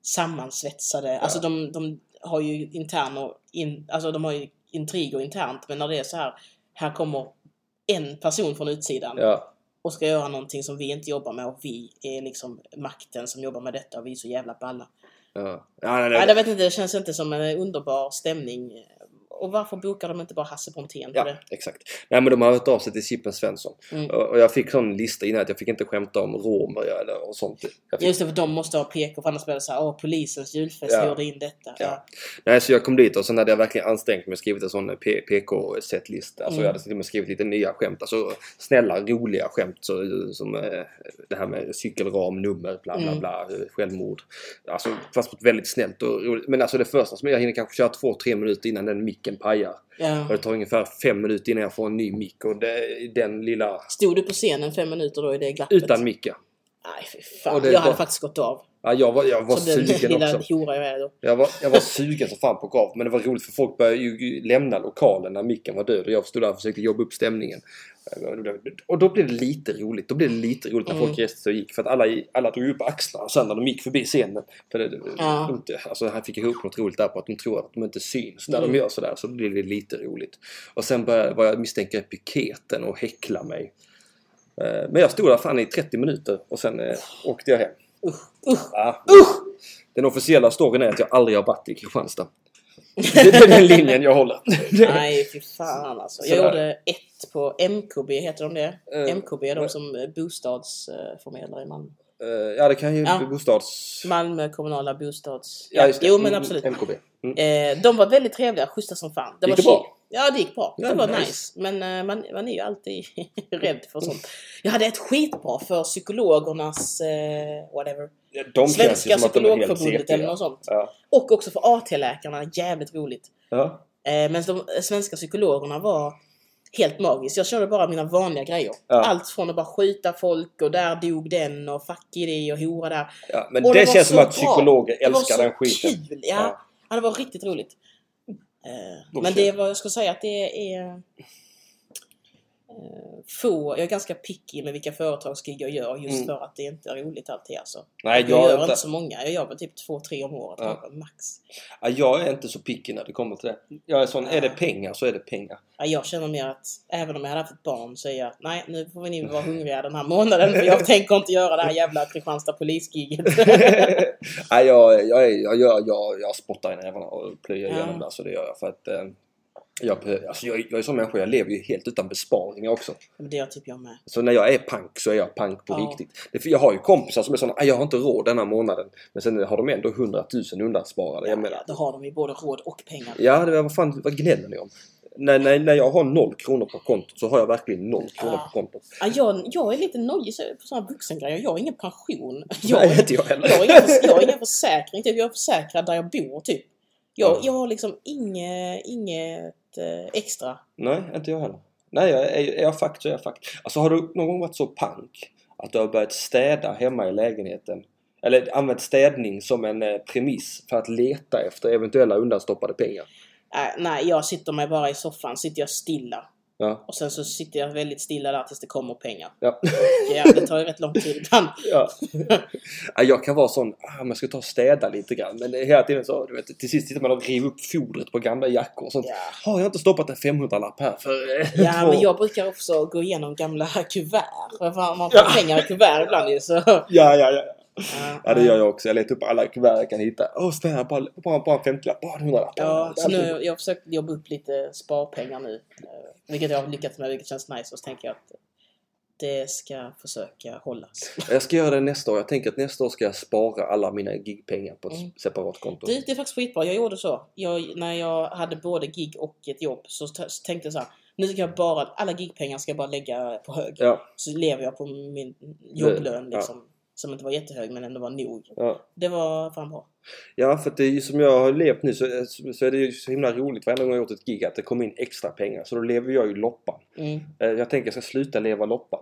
S2: sammansvetsade. Alltså de, de har ju intern och in, alltså de har ju intriger internt. Men när det är så här. Här kommer en person från utsidan
S1: Ja,
S2: och ska göra någonting som vi inte jobbar med och vi är liksom makten som jobbar med detta och vi är så jävla balla.
S1: ja. Ja, nej,
S2: Nej,
S1: nej.
S2: jag vet inte, det känns inte som en underbar stämning. Och varför bokar de inte bara Hasse Brontén på
S1: Ja,
S2: det?
S1: exakt. Nej men de har hört av sig till Sippen Svensson.
S2: Mm.
S1: Och och jag fick sån lista innan att jag fick inte skämta om romer eller och sånt. Jag fick,
S2: Just det, för de måste ha PK för annars blir det såhär, åh polisens julfest
S1: Ja.
S2: gjorde in detta.
S1: Ja. Nej, så jag kom dit och sen hade jag verkligen ansträngt mig och skrivit en sån eh, P- PK-setlista. Alltså
S2: Mm.
S1: jag hade till och med skrivit lite nya skämt. Alltså snälla, roliga skämt så, som eh, det här med cykelram, nummer, bla bla
S2: Mm.
S1: bla, eh, självmord. Alltså fast på ett väldigt snällt och roligt. Men alltså det första som jag hinner kanske köra två, tre minuter innan den micken pajar.
S2: Ja.
S1: Och det tar ungefär fem minuter innan jag får en ny mick och det, den lilla...
S2: Stod du på scenen fem minuter då i det glappet?
S1: Utan mick ja.
S2: Nej, fy
S1: Och
S2: fan.
S1: det
S2: Jag hade
S1: var-
S2: faktiskt gått av.
S1: Ja, jag var, jag var
S2: Som den
S1: sugen
S2: lilla
S1: också.
S2: hora jag är då.
S1: Jag var, jag var sugen som fan på gav men det var roligt för folk började ju lämna lokalen när micken var död och jag stod där och försökte jobba upp stämningen. Och då blev det lite roligt. Då blev det lite roligt när
S2: Mm.
S1: folk reste sig och gick för att alla, alla drog upp axlarna sen när de gick förbi scenen. För det,
S2: Ja.
S1: inte, alltså han fick ihop något roligt där på att de tror att de inte syns. När
S2: Mm.
S1: de gör sådär så blir det lite roligt. Och sen började vad jag misstänker är piketen och häckla mig. Eh, Men jag stod där fan i 30 minuter och sen eh, åkte jag hem. Ja. Den officiella storyn är att jag aldrig har varit i Kristianstad. Det är den linjen jag håller.
S2: Nej, fy fan alltså. Jag
S1: Sådär.
S2: gjorde ett på MKB, heter de det?
S1: Eh,
S2: MKB är de
S1: vad-
S2: som bostadsförmedlare i Malmö.
S1: Eh, Ja, det kan ju
S2: Ja.
S1: bostads...
S2: Malmö kommunala bostads...
S1: Ja, just det.
S2: Jo, men
S1: Mm,
S2: absolut.
S1: MKB. Mm.
S2: Eh, de var väldigt trevliga, schyssta som fan.
S1: Gick
S2: var
S1: det
S2: chill.
S1: bra?
S2: Ja, det gick bra.
S1: Ja,
S2: det var nice.
S1: nice.
S2: Men eh, man, man är ju alltid rädd för sånt. Jag hade ett skitbra för psykologernas, eh, whatever,
S1: Ja, De känns ju
S2: Svenska
S1: som att de är helt
S2: psykologförbundet eller
S1: sepiga.
S2: något sånt.
S1: Ja.
S2: Och också för AT-läkarna, jävligt roligt.
S1: Ja.
S2: Eh, men de svenska psykologerna var helt magiskt. Jag körde bara mina vanliga grejer.
S1: Ja.
S2: Allt från att bara skjuta folk och där dog den och fuck i det och hora där.
S1: Ja, men
S2: Och
S1: det,
S2: var
S1: känns som
S2: så
S1: att psykologer
S2: Det var
S1: älskar
S2: så
S1: den skiten.
S2: Kul, ja. Ja.
S1: Ja.
S2: det var riktigt roligt. Eh,
S1: Då
S2: Men
S1: kör
S2: det
S1: vi.
S2: var, jag skulle säga att det är eh, få, jag är ganska picky med vilka företagsgig jag gör just
S1: Mm.
S2: för att det inte är roligt alltid alltså.
S1: Nej,
S2: Jag,
S1: jag,
S2: gör
S1: är
S2: inte
S1: inte,
S2: så många, jag gör väl typ två, tre om året
S1: Ja.
S2: kanske, max.
S1: ja, jag är inte så picky när det kommer till det. Jag är sån, är det pengar så är det pengar.
S2: Ja, jag känner mer att även om jag hade haft ett barn så är jag nej nu får vi ni vara hungriga den här månaden för jag tänker inte göra det här jävla Kristianstad polisgiget.
S1: Nej, jag, jag, är- jag, jag, jag, jag spottar i nävarna och plöjer
S2: Ja.
S1: igenom det. Så det gör jag för att... eh, Jag, behöver- alltså jag, jag är sån människa, jag lever ju helt utan besparingar också.
S2: Men det gör typ jag med.
S1: Så när jag är pank så är jag pank på
S2: Ja.
S1: riktigt. Det, för jag har ju kompisar som är såna, "Ah, jag har inte råd denna månaden. Men sen har de ändå 100 000 undansparade.
S2: Ja,
S1: jag menar,
S2: då har de ju både råd och pengar.
S1: ja det, vad fan vad gnäller ni om? när, när, när jag har noll kronor på kontot så har jag verkligen noll kronor
S2: Ja.
S1: på kontot.
S2: Ja, jag, jag är lite nojig så- på sådana vuxengrejer. Jag har ingen pension. Jag,
S1: Nej, inte jag heller.
S2: jag, har ingen, jag har ingen försäkring. Typ. Jag är försäkrad där jag bor. Typ. Jag,
S1: Ja.
S2: jag har liksom inget, inget eh, extra.
S1: Nej, inte jag heller. Nej, jag, är, är jag fucked så är jag fucked. Alltså har du någon gång varit så pank att du har börjat städa hemma i lägenheten? Eller använt städning som en eh, premiss för att leta efter eventuella undanstoppade pengar?
S2: Äh, nej, jag sitter mig bara i soffan. Sitter jag stilla.
S1: Ja.
S2: Och sen så sitter jag väldigt stilla där tills det kommer pengar.
S1: Ja.
S2: Ja, det tar ju rätt lång tid ibland.
S1: ja. Ja, jag kan vara sån, ah, men jag ska ta och städa lite grann. Men eh, hela tiden så, du vet, till sist sitter man och river upp fodret på gamla jackor och sånt.
S2: Ja.
S1: Har jag inte stoppat en 500-lapp här för eh,
S2: Ja,
S1: två
S2: men jag brukar också gå igenom gamla kuvert. För fan, Man får pengar i kuvert ibland ju. Så. Ja,
S1: Ja, ja, ja. Ja, det gör jag också. Jag letar upp alla kuvert jag kan hitta. Åh, snälla, bara, bara, bara en 50-lapp, bara en 100-lapp.
S2: Ja, så nu, jag har försökt jobba upp lite sparpengar nu. eh, Vilket jag har lyckats med, vilket känns nice. Och så tänker jag att det ska försöka hållas.
S1: Jag ska göra det nästa år. Jag tänker att nästa år ska jag spara alla mina gigpengar på ett
S2: Mm.
S1: separat konto.
S2: Du, det är faktiskt skitbra. Jag gjorde så. Jag, när jag hade både gig och ett jobb så, t- så tänkte jag så här. Nu ska jag bara, alla gigpengar ska jag bara lägga på hög.
S1: Ja,
S2: Så lever jag på min jobblön
S1: Ja.
S2: liksom. Som inte var jättehög men ändå var nog.
S1: ja.
S2: Det var fan bra. ja
S1: ja, för att det är ju som jag har levt nu så, så är det ju så himla roligt varenda gång jag har gjort ett gig att det kommer in extra pengar. Så då lever jag ju loppan.
S2: Mm.
S1: Eh, Jag tänker jag ska sluta leva loppan.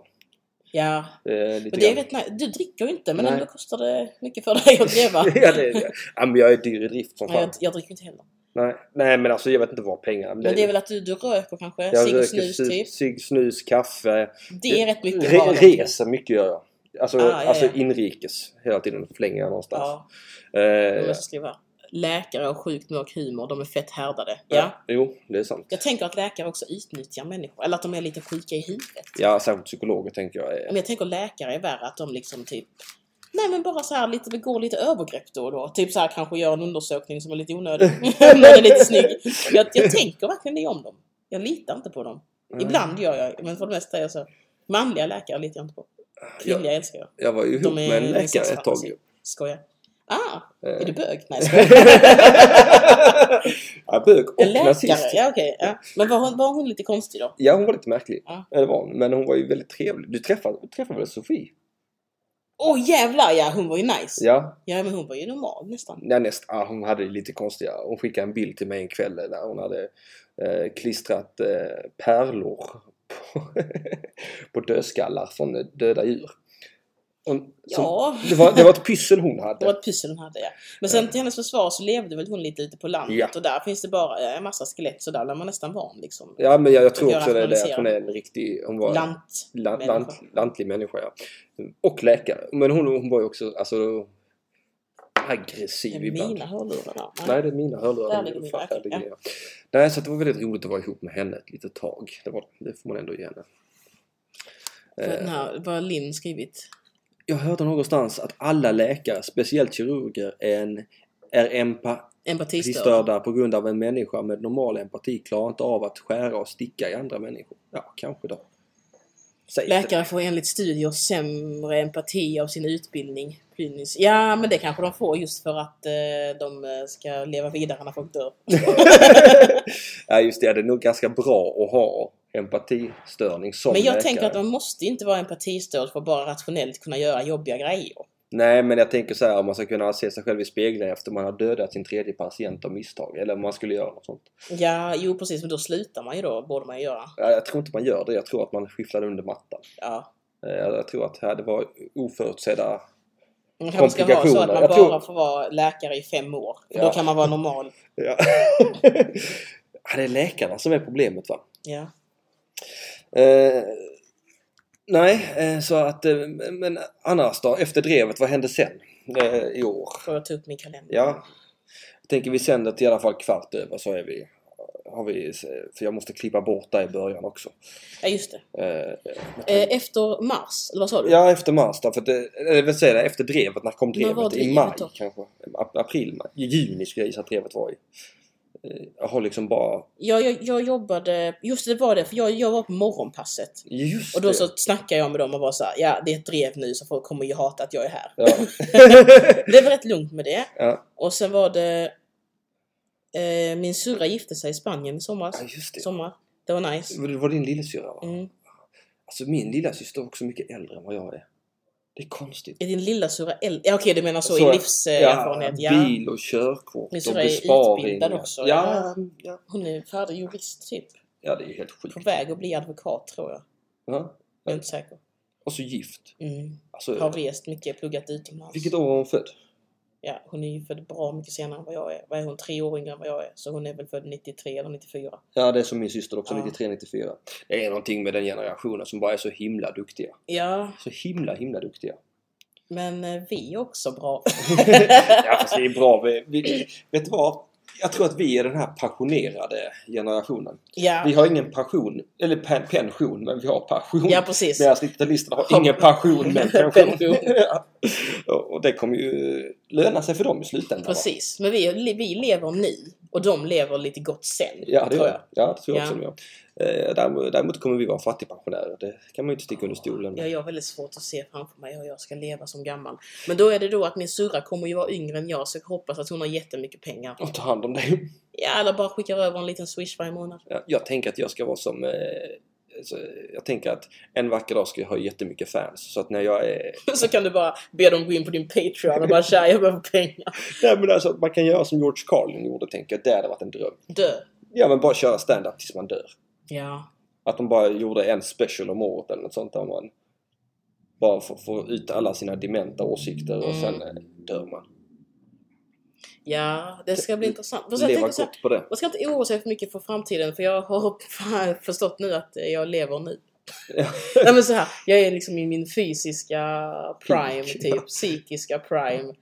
S2: Ja,
S1: Eh, lite
S2: men det är
S1: grann.
S2: rätt nice. Du dricker ju inte men
S1: Nej.
S2: ändå kostar det mycket för dig att leva.
S1: ja, det är, ja, men jag är dyr i drift som
S2: Nej,
S1: fan.
S2: jag, jag dricker inte heller.
S1: Nej, nej, men alltså jag vet inte vad pengarna...
S2: Men det är väl att du, du röker kanske?
S1: jag
S2: Cigg
S1: röker
S2: och snus
S1: cig-
S2: typ?
S1: cigg, snus, kaffe.
S2: Det är rätt mycket.
S1: Re-
S2: bara.
S1: reser mycket gör jag. Alltså,
S2: Ah, ja,
S1: alltså
S2: ja.
S1: inrikes. Hela tiden flänger jag någonstans.
S2: Ja, jag
S1: Eh,
S2: måste skriva. Läkare och sjukt mörk humor, de är fett härdade. Ja.
S1: ja. Jo, det är sant.
S2: Jag tänker att läkare också utnyttjar människor, eller att de är lite sjuka i huvudet.
S1: Ja, särskilt psykologer tänker jag. är-
S2: Men jag tänker läkare är värre, att de liksom typ Nej men bara så här lite, begår lite övergrepp då och då. Typ så här kanske gör en undersökning som är lite onödig. Men är lite snygg. Jag, jag tänker verkligen det om dem. Jag litar inte på dem.
S1: Nej.
S2: Mm. Ibland gör jag men för det mesta är jag så. Manliga läkare litar jag inte på.
S1: Jag,
S2: Kvinnliga älskar jag.
S1: jag var ju ihop
S2: De är
S1: med en läkare
S2: sexfantasi.
S1: ett tag. ju.
S2: Skoja. Ah, är
S1: Eh.
S2: du bög? Nej, skoja.
S1: ja, bög och
S2: En läkare?
S1: nazist.
S2: Ja, okej. ja. Men var hon, var hon lite konstig då?
S1: Ja, hon var lite märklig.
S2: Ja.
S1: Ja. Det var hon. Men hon var ju väldigt trevlig. Du träffade, du träffade väl Sofie?
S2: Åh jävlar ja, hon var ju nice. Ja.
S1: Ja.
S2: men hon var ju normal nästan.
S1: Ja, näst, ah, hon hade det lite konstiga. Hon skickade en bild till mig en kväll där hon hade eh, klistrat eh, pärlor på, på dödskallar från eh, döda djur. Och, som,
S2: Ja.
S1: det, var, det var ett pyssel hon
S2: Det var
S1: hade.
S2: ett pussel hon hade ja. Men sen till hennes försvar så levde väl hon lite ute på landet
S1: Ja.
S2: och där finns det bara eh, en massa skelett så där blir man nästan van liksom.
S1: Ja, men jag, jag tror
S2: Jag
S1: också det är det att hon
S2: rationaliserar.
S1: är en riktig... Hon var,
S2: Lant.
S1: Lant,
S2: Människa.
S1: lant, lantlig människa, ja. Och läkare. Men hon, hon var ju också alltså, aggressiv
S2: Det är
S1: ibland.
S2: mina hörlurar där. Nej.
S1: Nej, det är mina
S2: Där
S1: hörlurar.
S2: ligger mina,
S1: Fan,
S2: okej,
S1: där ligger jag. Nej, så att det var väldigt roligt att vara ihop med henne ett litet tag. Det, var, det får man ändå ge henne.
S2: För den
S1: Eh,
S2: här, vad har Linn skrivit?
S1: jag hörde någonstans att alla läkare, speciellt kirurger, är, en, är empatistörda
S2: Empatistörd.
S1: på grund av en människa med normal empati klarar inte av att skära och sticka i andra människor. Ja, kanske då. Säg inte
S2: Läkare får enligt studier sämre empati av sin utbildning. Klinisk- Ja, men det kanske de får just för att eh, de eh, ska leva vidare när folk dör.
S1: Ja just det, det är nog ganska bra att ha empatistörning som
S2: Men jag
S1: läkare.
S2: tänker att man måste inte vara empatistörd för att bara rationellt kunna göra jobbiga grejer.
S1: Nej men jag tänker så här om man ska kunna se sig själv i spegeln efter man har dödat sin tredje patient av misstag eller om man skulle göra något sånt.
S2: Ja, jo precis, men då slutar man ju då, borde man ju göra.
S1: Ja, Jag tror inte man gör det, jag tror att man skyfflar under mattan.
S2: Ja.
S1: Eh, Jag tror att här, det var oförutsedda...
S2: Man kanske ska vara så att man
S1: Jag tror-
S2: bara får vara läkare i fem år. För Då
S1: Ja.
S2: kan man vara normal.
S1: Ja. Ja, det är läkarna som är problemet va?
S2: Ja.
S1: Eh, nej, eh, så att... eh, Men annars då? Efter drevet, vad hände sen? Eh, I år?
S2: Får jag ta upp min kalender?
S1: Ja. Jag tänker vi sänder till i alla fall kvart över så är vi... Har vi för jag måste klippa bort där i början också.
S2: Ja, just det.
S1: Eh, eh,
S2: Eh, efter mars, eller vad sa du?
S1: ja, efter mars då, för att, det- eller jag vill säga det, efter drevet. När kom
S2: När var
S1: drevet? I
S2: drevet
S1: maj
S2: då?
S1: kanske? Ap- April, maj. I juni skulle jag gissa att drevet var i. Eh, Jag har liksom bara...
S2: Jag, jag, jag jobbade, just det var det, för jag, jag var på morgonpasset.
S1: Just
S2: Och då
S1: det!
S2: så snackade jag med dem och var så här, ja det är ett drev nu så folk kommer ju hata att jag är här.
S1: Ja.
S2: Det var rätt lugnt med det.
S1: ja.
S2: Och sen var det Eh, min syrra gifte sig i Spanien i somras.
S1: Ja, just det.
S2: Sommar. Det var nice.
S1: Det var din lillasyrra va?
S2: Mm.
S1: Alltså min lillasyster är också mycket äldre än vad jag är. Det är konstigt.
S2: Är din lilla syrra äldre? Ja, okej, du menar så,
S1: Så,
S2: i livserfarenhet. Ja,
S1: Bil och körkort
S2: Min
S1: och
S2: syrra är
S1: besparingar.
S2: utbildad också,
S1: Ja, ja.
S2: Hon är färdig jurist typ.
S1: ja, det är ju helt sjukt.
S2: På väg att bli advokat tror jag.
S1: Ja.
S2: Jag är inte säker.
S1: Och så gift.
S2: Mm. Har
S1: Alltså,
S2: rest mycket, pluggat utomlands.
S1: vilket år var hon född?
S2: Ja, hon är ju född bra mycket senare än vad jag är. Vad är hon? Tre år yngre än vad jag är. Så hon är väl född 93 eller 94.
S1: Ja, det är som min syster också,
S2: Ja.
S1: 93-94. Det är någonting med den generationen som bara är så himla duktiga.
S2: Ja,
S1: Så himla, himla duktiga.
S2: men eh, vi är också bra.
S1: Ja, fast det är bra. Vi, vi, vet du vad? Jag tror att vi är den här passionerade generationen. Vi
S2: ja.
S1: har ingen passion, eller pen, pension, men vi har passion.
S2: ja, precis.
S1: Medan 90-talisterna har ingen passion, men pension.
S2: Pension.
S1: ja. Och det kommer ju löna sig för dem i slutändan. va?
S2: Precis. Men vi, vi lever nu och de lever lite gott sen.
S1: Ja, det
S2: tror
S1: gör
S2: jag.
S1: jag. Ja, det tror jag också.
S2: Ja.
S1: de gör. Eh, Däremot däremot kommer vi vara fattigpensionärer. Det kan man ju inte sticka under stolen
S2: Ja,
S1: med.
S2: jag har väldigt svårt att se framför mig hur jag ska leva som gammal. Men då är det då att min syrra kommer ju vara yngre än jag så jag hoppas att hon har jättemycket pengar.
S1: Och ta hand om dig.
S2: Ja, eller bara skickar över en liten swish varje månad.
S1: Ja, Jag tänker att jag ska vara som... eh, så, Jag tänker att en vacker dag ska jag ha jättemycket fans. Så att när jag är...
S2: Så kan du bara be dem gå in på din Patreon och bara tja, jag behöver pengar.
S1: Nej men alltså att man kan göra som George Carlin gjorde tänker jag. Det hade varit en dröm.
S2: Dö.
S1: Ja men bara köra stand-up tills man dör.
S2: Ja.
S1: Att de bara gjorde en special om året eller något sånt där man bara får, får ut alla sina dementa åsikter och
S2: Mm.
S1: sen eh, dör man.
S2: Ja, det ska bli intressant. Fast jag
S1: Leva
S2: tänker så här,
S1: gott på det.
S2: man ska inte oroa sig för mycket för framtiden för jag har fan förstått nu att jag lever nu.
S1: Ja.
S2: Nej men så här, jag är liksom i min fysiska prime,
S1: Peak,
S2: typ. Psykiska prime.
S1: Att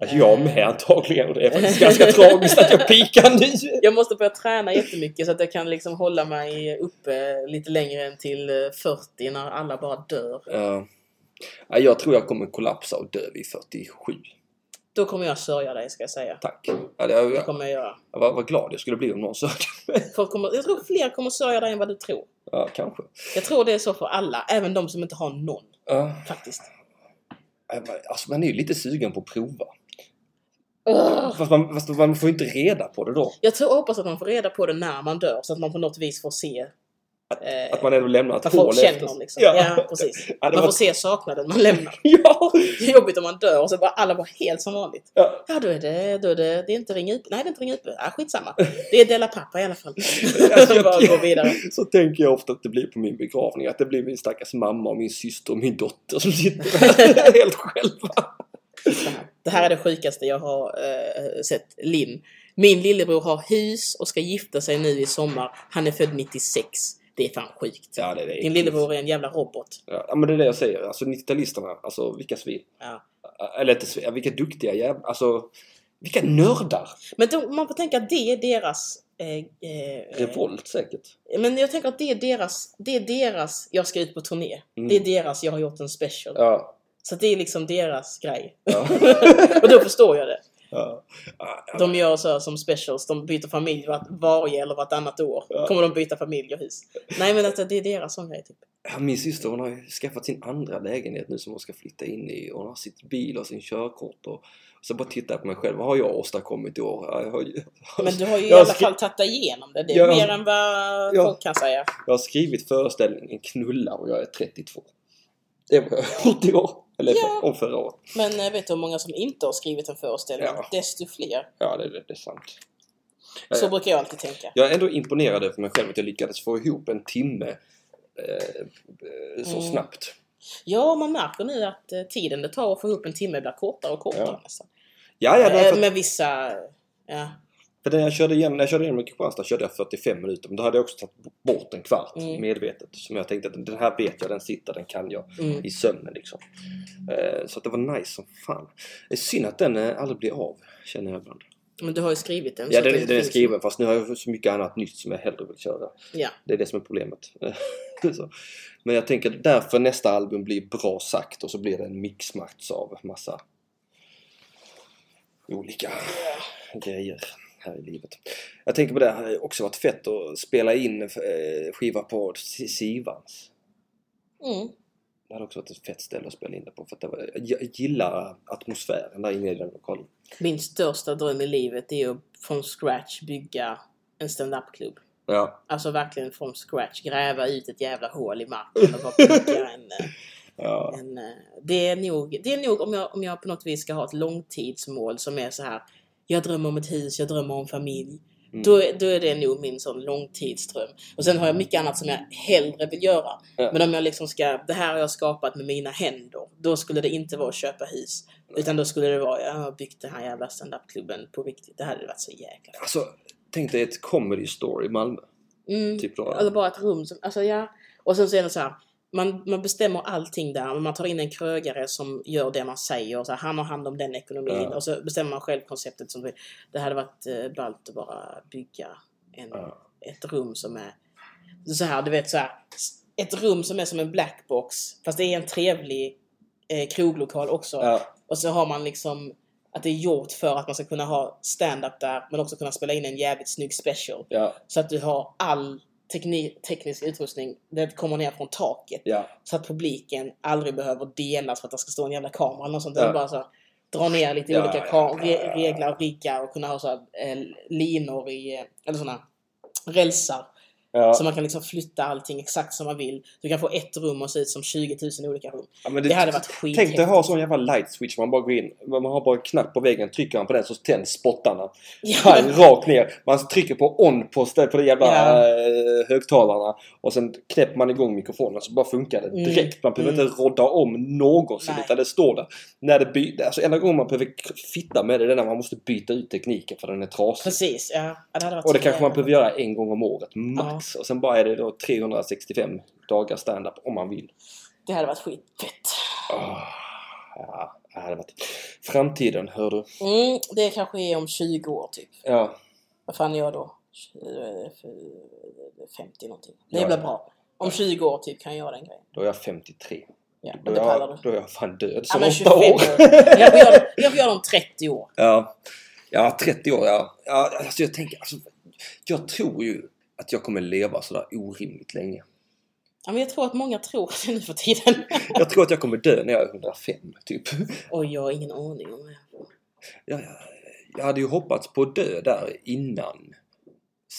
S1: Alltså, jag med antagligen och det är faktiskt ganska tragiskt att jag pikar nu.
S2: Jag måste börja träna jättemycket så att jag kan liksom hålla mig uppe lite längre än till eh, 40 när alla bara dör.
S1: Eh. Ja. Nej, jag tror jag kommer kollapsa och dö vid 47.
S2: Då kommer jag sörja dig ska jag säga.
S1: Tack. Ja, det- jag,
S2: Det
S1: jag,
S2: kommer jag göra.
S1: vad, vad glad jag skulle bli om någon sa det.
S2: Folk kommer, jag tror fler kommer sörja dig än vad du tror.
S1: Ja, kanske.
S2: Jag tror det är så för alla, även de som inte har någon
S1: Ja.
S2: faktiskt.
S1: Alltså man är ju lite sugen på att prova.
S2: Ugh.
S1: Fast man, fast man får ju inte reda på det då.
S2: Jag tror, hoppas att man får reda på det när man dör så att man på något vis får se eh,
S1: Att man ändå lämnar ett
S2: vad
S1: hål
S2: folk känner
S1: efter sig.
S2: om. Liksom. Ja.
S1: Ja.
S2: precis.
S1: Ja, det
S2: Man
S1: var-
S2: får se saknaden man lämnar.
S1: Ja.
S2: Det är jobbigt om man dör och så bara alla bara helt som vanligt.
S1: ja!
S2: Ja, då är det, då är det, det är inte Ring Ut- Nej, det är inte Ring Utby. Ja, skitsamma. Det är Della Pappa i alla fall.
S1: Alltså, jag-
S2: bara gå vidare.
S1: Så tänker jag ofta att det blir på min begravning. Att det blir min stackars mamma och min syster och min dotter som sitter där helt själva.
S2: Det här är det sjukaste jag har eh, sett. Linn. Min lillebror har hus och ska gifta sig nu i sommar. Han är född 96. Det är fan sjukt.
S1: Ja, det är det.
S2: Din lillebror är en jävla robot.
S1: Ja, men det är det jag säger. Alltså 90-talisterna, alltså vilka svin.
S2: Ja.
S1: Eller inte svin, vilka duktiga jävlar. Alltså, vilka nördar!
S2: Men då, man får tänka att det är deras... Eh, eh,
S1: Revolt säkert.
S2: men jag tänker att det är deras, det är deras jag ska ut på turné.
S1: Mm.
S2: Det är deras jag har gjort en special.
S1: Ja.
S2: Så det är liksom deras grej.
S1: Ja.
S2: och då förstår jag det.
S1: ja. ja.
S2: De gör så här som specials, de byter familj var, varje eller vartannat år.
S1: Ja.
S2: Kommer de byta familj och hus. Nej men alltså, det är deras sån grej typ.
S1: Ja, min syster hon har ju skaffat sin andra lägenhet nu som hon ska flytta in i. Hon har sitt bil och sin körkort. Och, och så bara tittar jag på mig själv. Vad har jag åstadkommit i år? Ja, Jag har, ju-
S2: Men du har ju i
S1: Jag
S2: alla
S1: skri-
S2: fall tagit dig igenom det. Det är
S1: Ja.
S2: mer än vad
S1: Ja.
S2: folk kan säga.
S1: jag har skrivit föreställningen Knulla och jag är 32. Det är vad jag har gjort i år. Eller
S2: Ja.
S1: om förra året.
S2: Men eh, vet du hur många som inte har skrivit en föreställning?
S1: Ja.
S2: Desto fler.
S1: Ja, det, det, det är sant.
S2: Så
S1: Eh,
S2: brukar jag alltid tänka.
S1: Jag är ändå imponerad över mig själv att jag lyckades få ihop en timme eh, eh, så
S2: Mm.
S1: snabbt.
S2: Ja, man märker nu att eh, tiden det tar att få ihop en timme blir kortare och kortare
S1: Ja.
S2: nästan.
S1: Ja, ja, nej,
S2: Eh,
S1: för,
S2: Med vissa... Ja.
S1: för när jag körde igen, när jag körde igenom Kristianstad körde jag 45 minuter. Men då hade jag också tagit bort en kvart
S2: Mm.
S1: medvetet. Som jag tänkte att den här vet jag, den sitter, den kan jag.
S2: Mm.
S1: I sömnen liksom. Eh, så att det var nice som fan. Det är synd att den eh, aldrig blir av, känner jag ibland.
S2: Men du har ju skrivit den.
S1: Ja,
S2: så att
S1: den, den är
S2: finns ju.
S1: skriven fast nu har jag så mycket annat nytt som jag hellre vill köra.
S2: Ja.
S1: Det är det som är problemet. så. Men jag tänker därför nästa album blir bra sagt och så blir det en mixmax av massa olika grejer här i livet. Jag tänker på det, här, det har också varit fett att spela in eh, skiva på S- Sivans.
S2: Mm.
S1: Det hade också varit ett fett ställe att spela in det på. För att det var, jag gillar atmosfären där inne i den lokalen.
S2: Min största dröm i livet är att från scratch bygga en stand-up-klubb.
S1: Ja.
S2: Alltså verkligen från scratch. Gräva ut ett jävla hål i marken och bara bygga en... eh,
S1: ja.
S2: en eh, det är nog, det är nog om, jag, om jag på något vis ska ha ett långtidsmål som är så här. Jag drömmer om ett hus, jag drömmer om familj.
S1: Mm.
S2: Då, är- då är det nog min sån långtidsdröm. Och sen har jag mycket annat som jag hellre vill göra.
S1: Ja.
S2: Men om jag liksom ska, det här har jag skapat med mina händer. Då skulle det inte vara att köpa hus. Utan då skulle det vara, jag har byggt den här jävla standupklubben på riktigt. Det hade varit så jäkla fett.
S1: Alltså, tänk dig ett comedy store i Malmö.
S2: Mm.
S1: Typ då.
S2: Eller bara ett rum som, alltså ja. Och sen så är det så här. Man, man bestämmer allting där, men man tar in en krögare som gör det man säger. Så här, han har hand om den ekonomin
S1: Ja.
S2: och så bestämmer man själv konceptet. Som, det hade varit eh, ballt att bara bygga en,
S1: Ja.
S2: ett rum som är så här, du vet så här. s- Ett rum som är som en blackbox, fast det är en trevlig eh, kroglokal också.
S1: Ja.
S2: Och så har man liksom att det är gjort för att man ska kunna ha stand-up där, men också kunna spela in en jävligt snygg special.
S1: Ja.
S2: Så att du har all tekni- teknisk utrustning, det kommer ner från taket.
S1: Ja.
S2: Så att publiken aldrig behöver delas för att det ska stå en jävla kamera eller något sånt.
S1: Ja.
S2: Utan bara så här, dra ner lite
S1: Ja,
S2: olika
S1: ja,
S2: kam-
S1: ja,
S2: re-
S1: ja, ja.
S2: reglar och riggar och kunna ha så här, eh, linor i, eh, eller såna rälsar.
S1: Ja.
S2: Så man kan liksom flytta allting exakt som man vill. Du kan få ett rum och se ut som 20 000 olika rum.
S1: Ja, men
S2: Det hade varit skithäftigt.
S1: Tänk dig ha sån jävla light switch man bara går in. Man har bara en knapp på väggen, trycker man på den så tänds spottarna.
S2: Ja,
S1: Pang, rakt ner. Man trycker på on på stället på de jävla
S2: Ja.
S1: eh, högtalarna. Och sen knäpper man igång mikrofonen så bara funkar det
S2: Mm.
S1: direkt. Man behöver
S2: Mm.
S1: inte rodda om någonsin
S2: Nej.
S1: utan det står där. När det by- alltså enda gången man behöver k- fitta med det det är när man måste byta ut tekniken för den är trasig.
S2: precis. Ja, Ja, det hade varit eh,
S1: Och det
S2: så
S1: kanske man
S2: jävla-
S1: behöver göra en gång om året max. Och sen bara är det då 365 dagar standup om man vill.
S2: Det hade varit skitfett.
S1: Ah, ja, det hade varit... Framtiden, hör du.
S2: Mm, det kanske är om 20 år typ.
S1: Ja,
S2: Vad fan är jag då? Eh, f- 50 någonting. Det
S1: Ja.
S2: blir bra. Om 20 år typ kan jag göra den grejen.
S1: då är jag 53.
S2: Ja,
S1: Då
S2: men
S1: är
S2: det pallar
S1: jag,
S2: du.
S1: då är jag fan död
S2: Ja,
S1: som
S2: men 25
S1: åtta år.
S2: år. Jag får göra- Jag får göra om 30 år.
S1: Ja. ja, 30 år ja. ja alltså jag tänker, alltså, jag tror ju att jag kommer leva sådär orimligt länge.
S2: Ja, men jag tror att många tror det nu för tiden.
S1: Jag tror att jag kommer dö när jag är 105, typ.
S2: Oj, jag har ingen aning om det.
S1: Jag, jag, jag hade ju hoppats på att dö där innan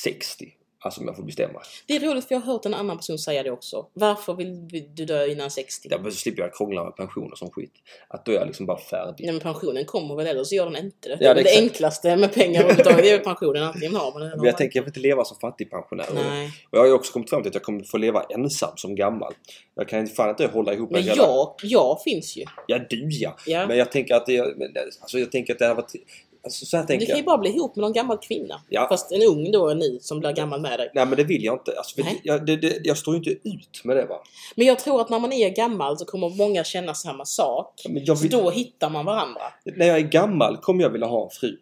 S1: 60. Alltså om jag får bestämma.
S2: Det är roligt för jag har hört en annan person säga det också. Varför vill du dö innan 60?
S1: Där slipper jag krångla med pension och sån skit. Att då är jag liksom bara färdig.
S2: Nej, men pensionen kommer väl eller så gör den inte det.
S1: Ja, det
S2: det, är
S1: är
S2: det
S1: exakt.
S2: enklaste med pengar överhuvudtaget det är ju pensionen. Antingen har man den eller
S1: Men jag
S2: har
S1: tänker, jag vill inte leva som fattigpensionär.
S2: man- Nej.
S1: Och jag har ju också kommit fram till att jag kommer få leva ensam som gammal. Jag kan ju fan inte hålla ihop
S2: Men
S1: en relation.
S2: jag, jag finns ju.
S1: Ja, du ja.
S2: Ja.
S1: Men jag tänker att det... men det- Alltså jag tänker att det här var... t- Alltså så här
S2: du
S1: tänker
S2: kan ju
S1: jag.
S2: bara bli ihop med någon gammal kvinna.
S1: Ja.
S2: Fast en ung då nu som blir gammal med dig.
S1: Nej men det vill jag inte. Alltså, för
S2: Nej.
S1: jag, det, det, jag står ju inte ut med det va.
S2: Men jag tror att när man är gammal så kommer många känna samma sak.
S1: Men jag
S2: Så
S1: vill,
S2: då hittar man varandra.
S1: När jag är gammal kommer jag vilja ha en fru.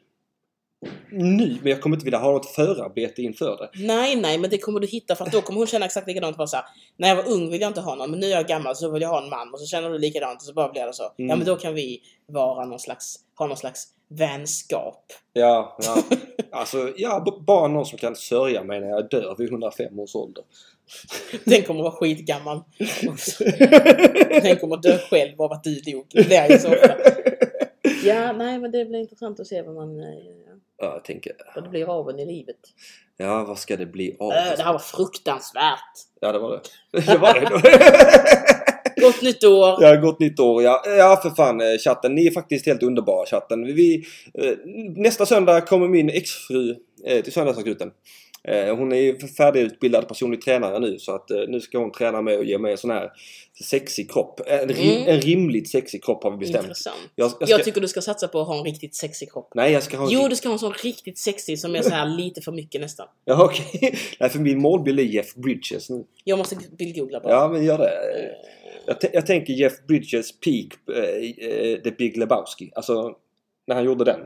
S1: Nu, men jag kommer inte vilja ha något förarbete inför det.
S2: Nej, nej, men det kommer du hitta för att då kommer hon känna exakt likadant. Bara så här, när jag var ung ville jag inte ha någon, men nu är jag gammal så vill jag ha en man. Och så känner du likadant och så bara blir det så. Ja,
S1: Mm.
S2: men då kan vi vara någon slags, ha någon slags vänskap.
S1: Ja, ja. Alltså, ja, b- bara någon som kan sörja mig när jag dör vid 105 års ålder.
S2: Den kommer vara skitgammal. också. Den kommer dö själv av att du dog. Det är ju så. Ja, nej, men det blir intressant att se vad man... eh,
S1: Ja, jag tänker,
S2: Vad det blir av en i livet.
S1: ja vad ska det bli av?
S2: Äh, det här var fruktansvärt!
S1: Ja, det var det. Det var det.
S2: Gott nytt år!
S1: Ja, gott nytt år. Ja, ja för fan eh, chatten. Ni är faktiskt helt underbara chatten. Vi, eh, nästa söndag kommer min exfru eh, till Söndagsakuten. Eh, hon är ju färdigutbildad personlig tränare nu så att eh, nu ska hon träna mig och ge mig en sån här sexig kropp. Eh, En, ri-
S2: Mm.
S1: en rimligt sexig kropp har vi bestämt.
S2: Intressant.
S1: Jag, jag ska,
S2: Jag tycker du ska satsa på att ha en riktigt sexig kropp.
S1: nej, jag ska ha en
S2: Jo,
S1: ri-
S2: du ska ha en sån riktigt sexig som är så här lite för mycket nästan.
S1: Ja, okej. Nej, för min målbild är Jeff Bridges nu.
S2: Jag måste bildgoogla bara.
S1: Ja, men gör det. Eh, Jag, t- jag tänker Jeff Bridges peak, eh, eh, The Big Lebowski. Alltså, när han gjorde den.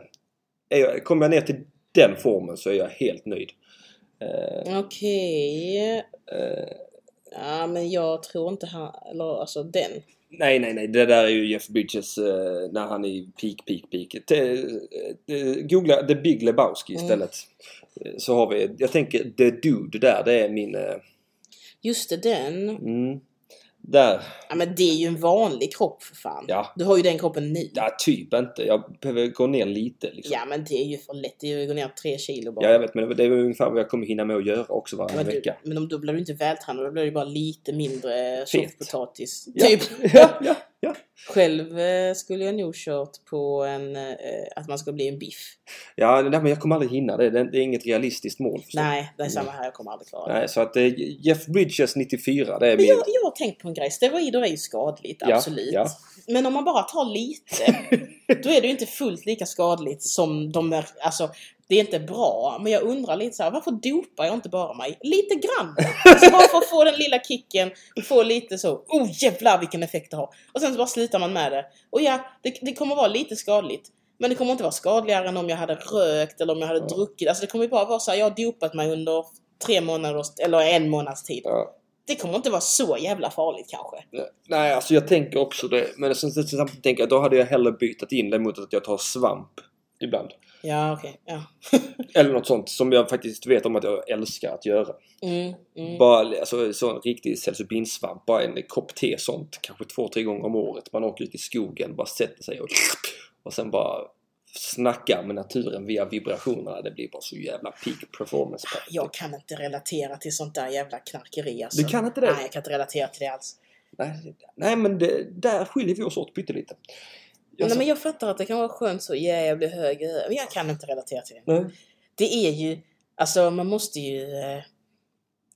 S1: Är jag, kommer jag ner till den formen så är jag helt nöjd. Eh,
S2: Okej.
S1: eh,
S2: Ja, men jag tror inte han... Eller alltså den.
S1: nej, nej, nej. Det där är ju Jeff Bridges eh, när han är i peak, peak, peak. T- eh, googla The Big Lebowski
S2: Mm.
S1: istället. Eh, Så har vi, jag tänker The Dude där, det är min... Eh,
S2: Just det, den.
S1: mm, Där.
S2: Ja, men det är ju en vanlig kropp för fan.
S1: Ja.
S2: Du har ju den kroppen nu.
S1: Ja, typ inte. Jag behöver gå ner lite liksom.
S2: Ja, men det är ju för lätt. Det är ju att gå ner tre kilo bara.
S1: Ja, jag vet, men det är väl ungefär vad jag kommer hinna med att göra också varje
S2: men, du,
S1: vecka.
S2: men om- då blir du inte vältränad. Då blir du bara lite mindre tjockpotatis.
S1: Ja.
S2: Typ.
S1: Ja, ja, ja.
S2: Själv eh, skulle jag nog kört på en, eh, att man ska bli en biff.
S1: Ja, nej, men jag kommer aldrig hinna det. Det är det är inget realistiskt mål. förstår
S2: Nej, det är samma här. Jag kommer aldrig klara
S1: du?
S2: det.
S1: Mm. Nej, så att eh, Jeff Bridges 94, det är
S2: Men
S1: min...
S2: jag, jag har tänkt på en grej. Steroider är ju skadligt,
S1: Ja,
S2: absolut.
S1: ja.
S2: Men om man bara tar lite, då är det ju inte fullt lika skadligt som de där, alltså det är inte bra, men jag undrar lite så här, varför dopar jag inte bara mig? Lite grann! Alltså bara för att få den lilla kicken, få lite så, oh jävlar vilken effekt det har. Och sen så bara slutar man med det. Och ja, det, det kommer vara lite skadligt. Men det kommer inte vara skadligare än om jag hade rökt eller om jag hade
S1: Ja.
S2: druckit. Alltså det kommer ju bara vara så här, jag har dopat mig under tre månader eller en månads tid
S1: Ja.
S2: det kommer inte vara så jävla farligt kanske.
S1: Nej, alltså jag tänker också det. Men sen, sen, sen samtidigt tänker jag, då hade jag hellre bytt in det mot att jag tar svamp. Ibland.
S2: Ja, okej. Ja.
S1: Eller något sånt som jag faktiskt vet om att jag älskar att göra.
S2: Mm, mm.
S1: Bara alltså, så en riktig psilocybin-svamp, bara en kopp te sånt, kanske två, tre gånger om året. Man åker ut i skogen, bara sätter sig och, och sen bara snackar med naturen via vibrationerna. Det blir bara så jävla peak performance.
S2: Jag kan inte relatera till sånt där jävla knarkeri alltså.
S1: Du kan inte det?
S2: Nej, jag kan inte relatera till det alls.
S1: Nej, nej men det, där skiljer vi oss åt pyttelite. Jag
S2: Nej,
S1: sa-
S2: men jag fattar att det kan vara skönt så, yeah, jag blir hög, eh, men jag kan inte relatera till det.
S1: Nej.
S2: Det är ju, alltså man måste ju, eh,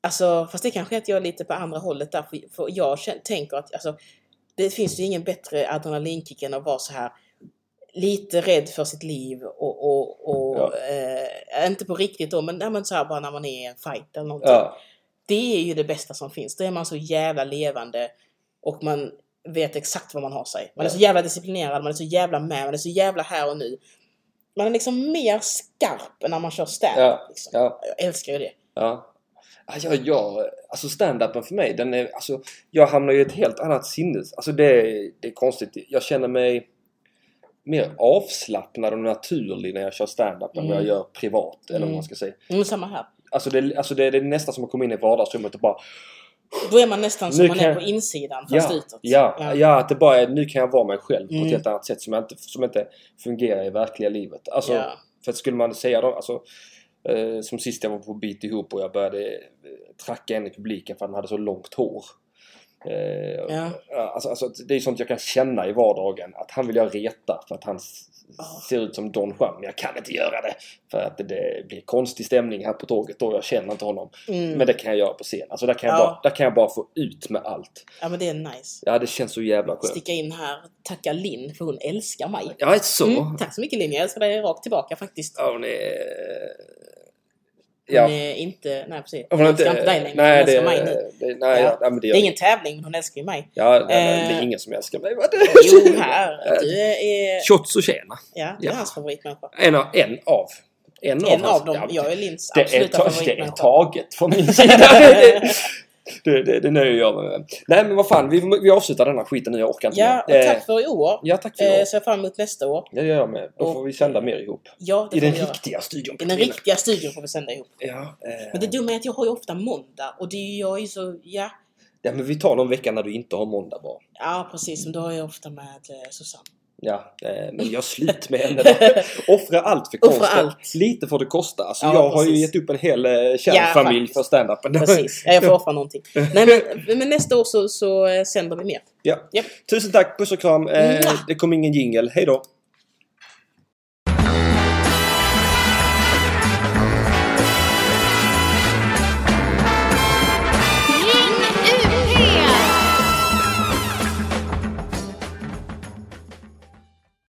S2: alltså fast det kanske är att jag är lite på andra hållet där, för, för jag kän- tänker att alltså, det finns ju ingen bättre adrenalinkick än att vara så här lite rädd för sitt liv och, och, och
S1: Ja.
S2: eh, inte på riktigt då, men, nej, men så här bara när man är i en fight eller någonting.
S1: Ja,
S2: Det är ju det bästa som finns. Då är man så jävla levande och man vet exakt vad man har sig. Man är så jävla disciplinerad, man är så jävla med, man är så jävla här och nu. Man är liksom mer skarp än när man kör stand
S1: Ja,
S2: liksom.
S1: ja,
S2: Jag älskar ju det.
S1: ja. Alltså, jag, jag, alltså stand-upen för mig, den är, alltså, jag hamnar ju i ett helt annat sinnes... Alltså det, är- det är konstigt. Jag känner mig mer avslappnad och naturlig när jag kör stand-up än vad jag
S2: Mm.
S1: gör privat. Eller vad
S2: Mm.
S1: man ska säga.
S2: Mm, samma här.
S1: Alltså det, alltså det, det är nästan som att komma in i vardagsrummet och bara...
S2: Då är man nästan som
S1: Nu
S2: man
S1: kan
S2: är
S1: jag-
S2: på insidan fast
S1: Ja,
S2: utåt.
S1: ja, ja, att det bara är, nu kan jag vara mig själv på
S2: Mm.
S1: ett helt annat sätt som, jag inte, som inte fungerar i verkliga livet. Alltså,
S2: Ja.
S1: För att skulle man säga då, alltså, eh, som sist jag var på Bit ihop och jag började eh, tracka en i publiken för att han hade så långt hår. Eh,
S2: Ja.
S1: alltså, alltså, det är sånt jag kan känna i vardagen. Att han vill jag reta för att han s-
S2: Ja.
S1: ser ut som Don Juan. Men jag kan inte göra det. För att det, det blir konstig stämning här på tåget då. Jag känner inte honom.
S2: Mm.
S1: Men det kan jag göra på scen. Alltså, där, kan jag
S2: Ja.
S1: bara, där kan jag bara få ut med allt.
S2: ja, men det är nice.
S1: Ja, det känns så jävla skönt.
S2: Sticka in här, tacka Linn för hon älskar mig.
S1: Ja, så.
S2: Mm, tack så mycket Linn, jag älskar dig rakt tillbaka faktiskt.
S1: Ja, hon är...
S2: Hon
S1: Ja.
S2: är inte, nej precis.
S1: Hon
S2: Hon
S1: har
S2: älskar inte dig längre, hon
S1: Nej, det...
S2: älskar mig nu.
S1: det nej,
S2: Ja.
S1: ja. nej, men det
S2: Det
S1: gör
S2: är ingen tävling, men hon älskar ju mig.
S1: Ja, nej, nej, det är
S2: Eh.
S1: ingen som älskar mig. Vad det-
S2: Jo, här. Du är...
S1: Shots och tjena.
S2: Ja, du är
S1: Ja.
S2: hans favoritmänniska.
S1: En av. En av, en
S2: En
S1: hans-
S2: av dem.
S1: ja,
S2: Jag är Linns
S1: det, är
S2: absoluta
S1: ta, det är
S2: favoritmänniska.
S1: taget från min sida. det, det, det, det nöjer jag mig med. Nej, men vad fan. Vi, vi avslutar den här skiten nu. Jag orkar inte
S2: Ja, och
S1: mer. Eh,
S2: tack för i år.
S1: ja, tack för i år.
S2: Eh, Ser fram emot nästa år.
S1: Det gör jag med. Då får
S2: och-
S1: vi sända mer ihop.
S2: Ja, det
S1: I
S2: får
S1: den
S2: vi göra.
S1: riktiga studion.
S2: I den
S1: Katrine.
S2: riktiga studion får vi sända ihop.
S1: Ja,
S2: Men
S1: eh,
S2: det dumma är att jag har ju ofta måndag och det är ju, jag är ju så... Ja,
S1: ja, men vi tar någon vecka när du inte har måndag bara.
S2: ja precis. Som då har jag ofta med eh, Susanne.
S1: Ja, eh, men gör slut med henne då. Offra allt för
S2: Offra
S1: konsten.
S2: allt.
S1: Lite får det kosta. Alltså,
S2: Ja,
S1: jag har ju
S2: precis.
S1: gett upp en hel eh, kär
S2: Ja,
S1: familj
S2: faktiskt.
S1: för standupen.
S2: Precis. Ja, jag får offra någonting. Nej, men, men nästa år så, så eh, sänder vi mer.
S1: ja.
S2: Japp.
S1: Tusen tack, puss och kram. Eh,
S2: Mwah.
S1: det kom ingen jingel. Hej då!